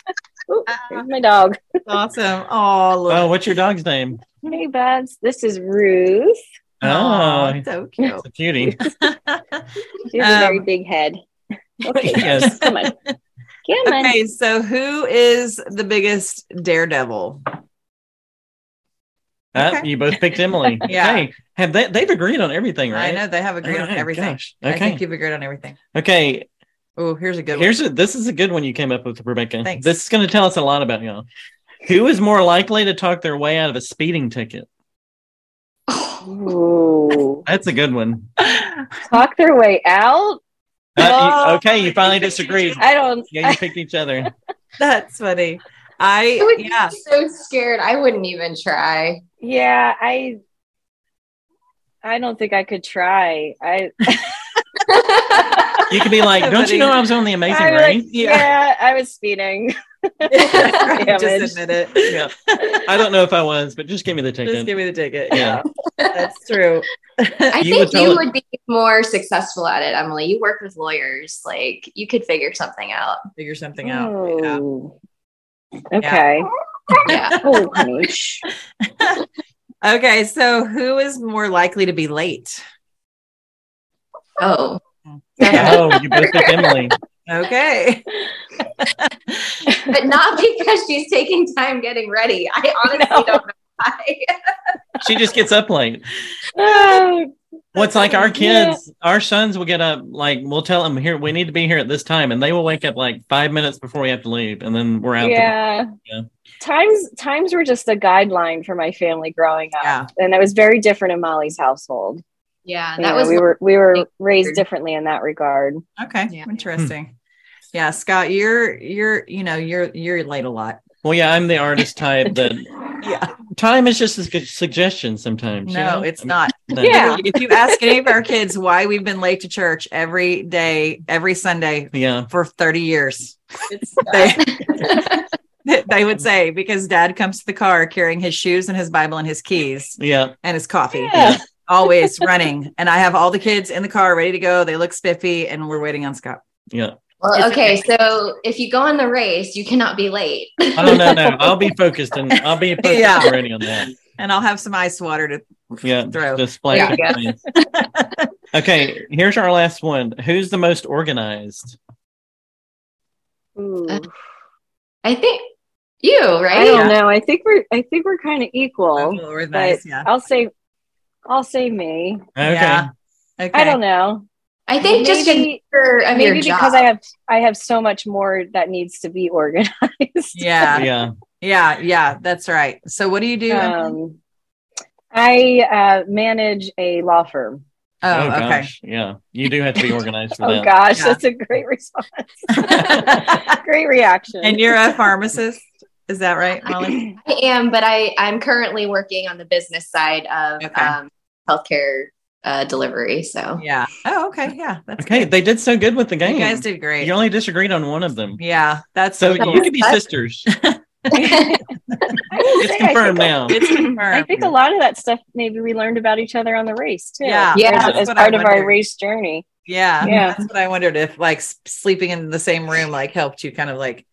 [SPEAKER 4] Ooh, there's my dog.
[SPEAKER 1] awesome. Oh, look.
[SPEAKER 2] Oh, what's your dog's name?
[SPEAKER 4] Hey, Babs. This is Ruth.
[SPEAKER 1] Aw,
[SPEAKER 2] Oh,
[SPEAKER 1] so cute.
[SPEAKER 2] it's
[SPEAKER 1] (laughs)
[SPEAKER 2] a cutie.
[SPEAKER 4] She has a very
[SPEAKER 1] Um,
[SPEAKER 4] big head. Okay,
[SPEAKER 2] Yes.
[SPEAKER 4] come on. Come on.
[SPEAKER 1] okay, so who is the biggest daredevil?
[SPEAKER 2] Ah,
[SPEAKER 1] Okay.
[SPEAKER 2] you both picked Emily.
[SPEAKER 1] (laughs) Yeah.
[SPEAKER 2] Hey, have they? They've agreed on everything, right?
[SPEAKER 1] I know they have agreed on
[SPEAKER 2] Alright,
[SPEAKER 1] everything.
[SPEAKER 2] gosh.
[SPEAKER 1] I
[SPEAKER 2] Okay.
[SPEAKER 1] think you've agreed on everything.
[SPEAKER 2] Okay.
[SPEAKER 1] Oh, here's a good
[SPEAKER 2] Here's a, this is a good one you came up with, Rebecca.
[SPEAKER 1] Thanks.
[SPEAKER 2] This is going to tell us a lot about y'all. Who is more likely to talk their way out of a speeding ticket?
[SPEAKER 4] Ooh.
[SPEAKER 2] That's a good
[SPEAKER 1] (laughs)
[SPEAKER 2] one.
[SPEAKER 1] one.
[SPEAKER 4] Talk their way out.
[SPEAKER 2] Uh, you-
[SPEAKER 1] Oh.
[SPEAKER 2] okay, you finally disagreed.
[SPEAKER 4] I don't.
[SPEAKER 2] Yeah, you picked each other.
[SPEAKER 1] That's funny.
[SPEAKER 3] I
[SPEAKER 1] I
[SPEAKER 3] would
[SPEAKER 1] yeah. (laughs)
[SPEAKER 3] be so scared. I wouldn't even try. (laughs)
[SPEAKER 4] Yeah, I. I don't think I could try. I.
[SPEAKER 2] You
[SPEAKER 1] (laughs)
[SPEAKER 2] could be like, "Don't you know I was on the Amazing
[SPEAKER 4] I was like,
[SPEAKER 2] Race?"
[SPEAKER 4] yeah. I was speeding.
[SPEAKER 1] Just
[SPEAKER 4] Damage. (laughs)
[SPEAKER 1] admit it.
[SPEAKER 2] Yeah. I don't know if I was, but just give me the ticket.
[SPEAKER 1] Just give me the ticket.
[SPEAKER 2] Yeah.
[SPEAKER 1] Yeah, that's true.
[SPEAKER 3] I
[SPEAKER 2] You would
[SPEAKER 3] think
[SPEAKER 2] tell
[SPEAKER 3] you
[SPEAKER 2] it-
[SPEAKER 3] would be more successful at it, Emily. You work with lawyers. Like you could figure something out.
[SPEAKER 1] Figure something out. Yeah.
[SPEAKER 4] Oh. Okay.
[SPEAKER 3] Yeah.
[SPEAKER 4] Oh, honey.
[SPEAKER 1] Okay, so who is more likely to be late?
[SPEAKER 4] (laughs)
[SPEAKER 3] oh.
[SPEAKER 2] (laughs) oh, you both picked Emily.
[SPEAKER 1] Okay.
[SPEAKER 3] But not because she's taking time getting ready. I honestly
[SPEAKER 4] No.
[SPEAKER 3] don't know why.
[SPEAKER 2] She just gets up late.
[SPEAKER 4] Oh,
[SPEAKER 2] What's
[SPEAKER 1] (laughs)
[SPEAKER 2] like our kids, our sons will get up like we'll tell them here we need to be here at this time, and they will wake up like five minutes before we have to leave, and then we're out. the-
[SPEAKER 4] yeah.
[SPEAKER 2] Yeah.
[SPEAKER 4] Times times were just a guideline for my family growing up,
[SPEAKER 1] Yeah.
[SPEAKER 4] and it was very different in Molly's household.
[SPEAKER 3] Yeah,
[SPEAKER 4] You
[SPEAKER 3] that
[SPEAKER 4] know,
[SPEAKER 3] was
[SPEAKER 4] we were we were
[SPEAKER 3] big
[SPEAKER 4] raised
[SPEAKER 3] word.
[SPEAKER 4] differently in that regard.
[SPEAKER 1] Okay.
[SPEAKER 3] Yeah.
[SPEAKER 2] Hmm.
[SPEAKER 1] Interesting. Yeah, Scott, you're you're you know you're you're late a lot.
[SPEAKER 2] Well, yeah, I'm
[SPEAKER 1] (laughs)
[SPEAKER 2] the artist type that
[SPEAKER 1] Yeah.
[SPEAKER 2] time is just a su- suggestion sometimes. you
[SPEAKER 1] No,
[SPEAKER 2] know?
[SPEAKER 1] it's
[SPEAKER 2] (laughs)
[SPEAKER 1] not.
[SPEAKER 2] No.
[SPEAKER 4] Yeah.
[SPEAKER 1] If you ask any of our kids why we've been late to church every day, every Sunday
[SPEAKER 2] Yeah.
[SPEAKER 1] for 30 years, they, (laughs) they (laughs) would say because dad comes to the car carrying his shoes and his Bible and his keys
[SPEAKER 2] Yeah.
[SPEAKER 1] and his coffee.
[SPEAKER 4] Yeah.
[SPEAKER 1] (laughs) Always running. And I have all the kids in the car ready to go. They look spiffy and we're waiting on Scott.
[SPEAKER 2] Yeah.
[SPEAKER 3] well,
[SPEAKER 1] It's-
[SPEAKER 3] okay. So if you go on the race, you cannot be late.
[SPEAKER 2] I don't know. Oh, No, I'll be focused and I'll be focused
[SPEAKER 1] Yeah.
[SPEAKER 2] already on
[SPEAKER 1] (laughs)
[SPEAKER 2] that.
[SPEAKER 1] And I'll have some ice water to
[SPEAKER 2] Yeah.
[SPEAKER 1] throw.
[SPEAKER 2] Just flash
[SPEAKER 3] Yeah.
[SPEAKER 2] it, please. okay. Here's our last one. Who's the most organized?
[SPEAKER 4] Ooh.
[SPEAKER 3] I think you right.
[SPEAKER 4] I don't know. I think we're I think we're kind of equal.
[SPEAKER 1] Oh, we're nice, yeah.
[SPEAKER 4] I'll say I'll say me.
[SPEAKER 2] Okay.
[SPEAKER 1] Yeah. Okay.
[SPEAKER 4] I don't know.
[SPEAKER 3] I think just
[SPEAKER 4] Maybe-
[SPEAKER 3] your, of your
[SPEAKER 4] Maybe
[SPEAKER 3] job.
[SPEAKER 4] because I have I have so much more that needs to be (laughs) organized.
[SPEAKER 1] Yeah.
[SPEAKER 2] Yeah.
[SPEAKER 1] Yeah, yeah, that's right. So what do you do? Emily?
[SPEAKER 4] Um, I uh, manage a law firm.
[SPEAKER 1] oh, okay.
[SPEAKER 2] gosh. Yeah. You do have to be organized for
[SPEAKER 4] Oh
[SPEAKER 2] that.
[SPEAKER 4] gosh,
[SPEAKER 1] Yeah.
[SPEAKER 4] that's a great response. (laughs) great reaction.
[SPEAKER 1] and you're a pharmacist, is that right, Molly?
[SPEAKER 3] I am, but I I'm currently working on the business side of
[SPEAKER 1] Okay.
[SPEAKER 3] um, healthcare uh, delivery. So
[SPEAKER 1] (clears throat) Yeah. Oh, okay. Yeah, that's
[SPEAKER 2] Okay. They did so good with the
[SPEAKER 1] good.
[SPEAKER 2] game.
[SPEAKER 1] You guys did great.
[SPEAKER 2] You only disagreed on one of them.
[SPEAKER 1] Yeah, that's
[SPEAKER 2] So
[SPEAKER 1] cool.
[SPEAKER 2] you could be
[SPEAKER 4] (laughs)
[SPEAKER 2] sisters.
[SPEAKER 3] (laughs)
[SPEAKER 4] I will
[SPEAKER 2] It's
[SPEAKER 4] say, I
[SPEAKER 2] confirmed
[SPEAKER 4] think- (laughs)
[SPEAKER 2] now.
[SPEAKER 1] it's
[SPEAKER 4] (clears throat) I
[SPEAKER 1] confirmed.
[SPEAKER 4] think a lot of that stuff maybe we learned about each other on the race too.
[SPEAKER 1] Yeah.
[SPEAKER 3] Yeah.
[SPEAKER 4] as-
[SPEAKER 1] That's
[SPEAKER 4] as,
[SPEAKER 1] what I
[SPEAKER 4] part of our
[SPEAKER 1] wondered.
[SPEAKER 4] race journey.
[SPEAKER 1] Yeah,
[SPEAKER 4] Yeah.
[SPEAKER 1] That's what I wondered if like s- sleeping in the same room like helped you kind of like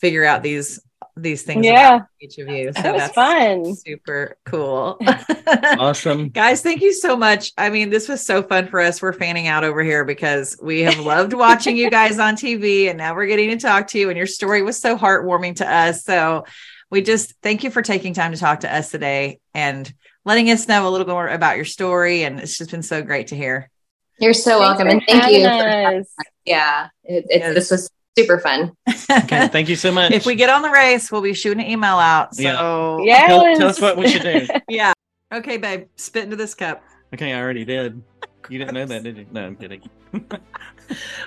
[SPEAKER 1] figure out these these things.
[SPEAKER 4] Yeah.
[SPEAKER 1] about each of you. So
[SPEAKER 4] That was
[SPEAKER 1] that's
[SPEAKER 4] fun.
[SPEAKER 1] Super cool. (laughs)
[SPEAKER 2] Awesome.
[SPEAKER 1] Guys, thank you so much. I mean, this was so fun for us. We're fanning out over here because we have loved watching you guys on TV and now we're getting to talk to you. And your story was so heartwarming to us. So we just thank you for taking time to talk to us today and letting us know a little bit more about your story. And it's just been so great to hear.
[SPEAKER 3] you're so
[SPEAKER 4] Thanks
[SPEAKER 3] welcome,
[SPEAKER 4] for
[SPEAKER 3] and thank you. For,
[SPEAKER 4] having us.
[SPEAKER 3] yeah, it, it's
[SPEAKER 1] Yes.
[SPEAKER 3] this was super fun.
[SPEAKER 1] (laughs)
[SPEAKER 2] Okay. Thank you so much.
[SPEAKER 1] if we get on the race, we'll be shooting an email out. So
[SPEAKER 4] Yes.
[SPEAKER 2] tell, tell us what we should
[SPEAKER 4] (laughs)
[SPEAKER 2] do.
[SPEAKER 1] (laughs) yeah. Okay, babe, spit into this cup.
[SPEAKER 2] Okay, I already did. You didn't know that, did you? No, I'm kidding.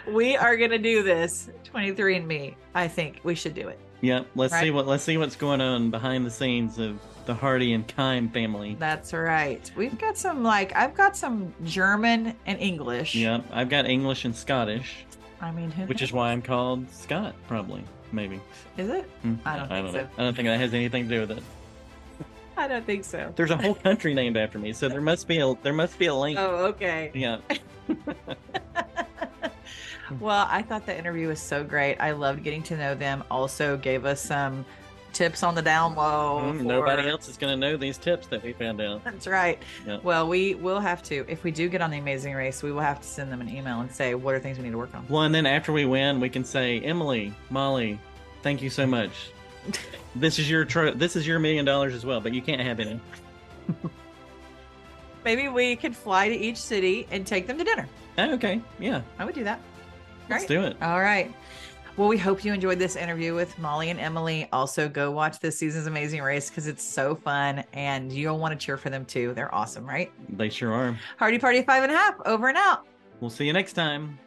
[SPEAKER 1] We are going to do this 23 and me. I think we should do it.
[SPEAKER 2] Yeah, let's see
[SPEAKER 1] Right.
[SPEAKER 2] what let's see what's going on behind the scenes of the Hardy and Kime family.
[SPEAKER 1] That's right. We've got some like I've got some German and English.
[SPEAKER 2] Yeah, I've got English and Scottish,
[SPEAKER 1] I mean, who
[SPEAKER 2] which is why I'm called Scott, probably, maybe.
[SPEAKER 1] is it?
[SPEAKER 2] Hmm,
[SPEAKER 1] I don't think
[SPEAKER 2] know.
[SPEAKER 1] so.
[SPEAKER 2] I don't think that has anything to do with it.
[SPEAKER 1] I don't think so.
[SPEAKER 2] There's a whole country named after me, so there must be a there must be a link.
[SPEAKER 1] Oh, okay.
[SPEAKER 2] Yeah.
[SPEAKER 1] Well, I thought the interview was so great. I loved getting to know them. Also, gave us some tips on the down low.
[SPEAKER 2] Mm,
[SPEAKER 1] Oh, for-
[SPEAKER 2] Nobody else is going to know these tips that we found out.
[SPEAKER 1] That's right.
[SPEAKER 2] Yeah.
[SPEAKER 1] Well, we will have to, if we do get on the Amazing Race, we will have to send them an email and say, what are things we need to work on?
[SPEAKER 2] Well, and then after we win, we can say, Emily, Molly, thank you
[SPEAKER 1] (laughs)
[SPEAKER 2] so much. this is your tro- this is your million dollars as well, but you can't have any.
[SPEAKER 1] Maybe we could fly to each city and take them to dinner.
[SPEAKER 2] Oh, okay, yeah,
[SPEAKER 1] I would do that.
[SPEAKER 2] let's
[SPEAKER 1] Right?
[SPEAKER 2] do it.
[SPEAKER 1] All right. Well, we hope you enjoyed this interview with Molly and Emily. Also, go watch this season's Amazing Race because it's so fun and you'll want to cheer for them too. They're awesome, right?
[SPEAKER 2] They sure are.
[SPEAKER 1] Hardy Party Five and a Half, over and out.
[SPEAKER 2] We'll see you next time.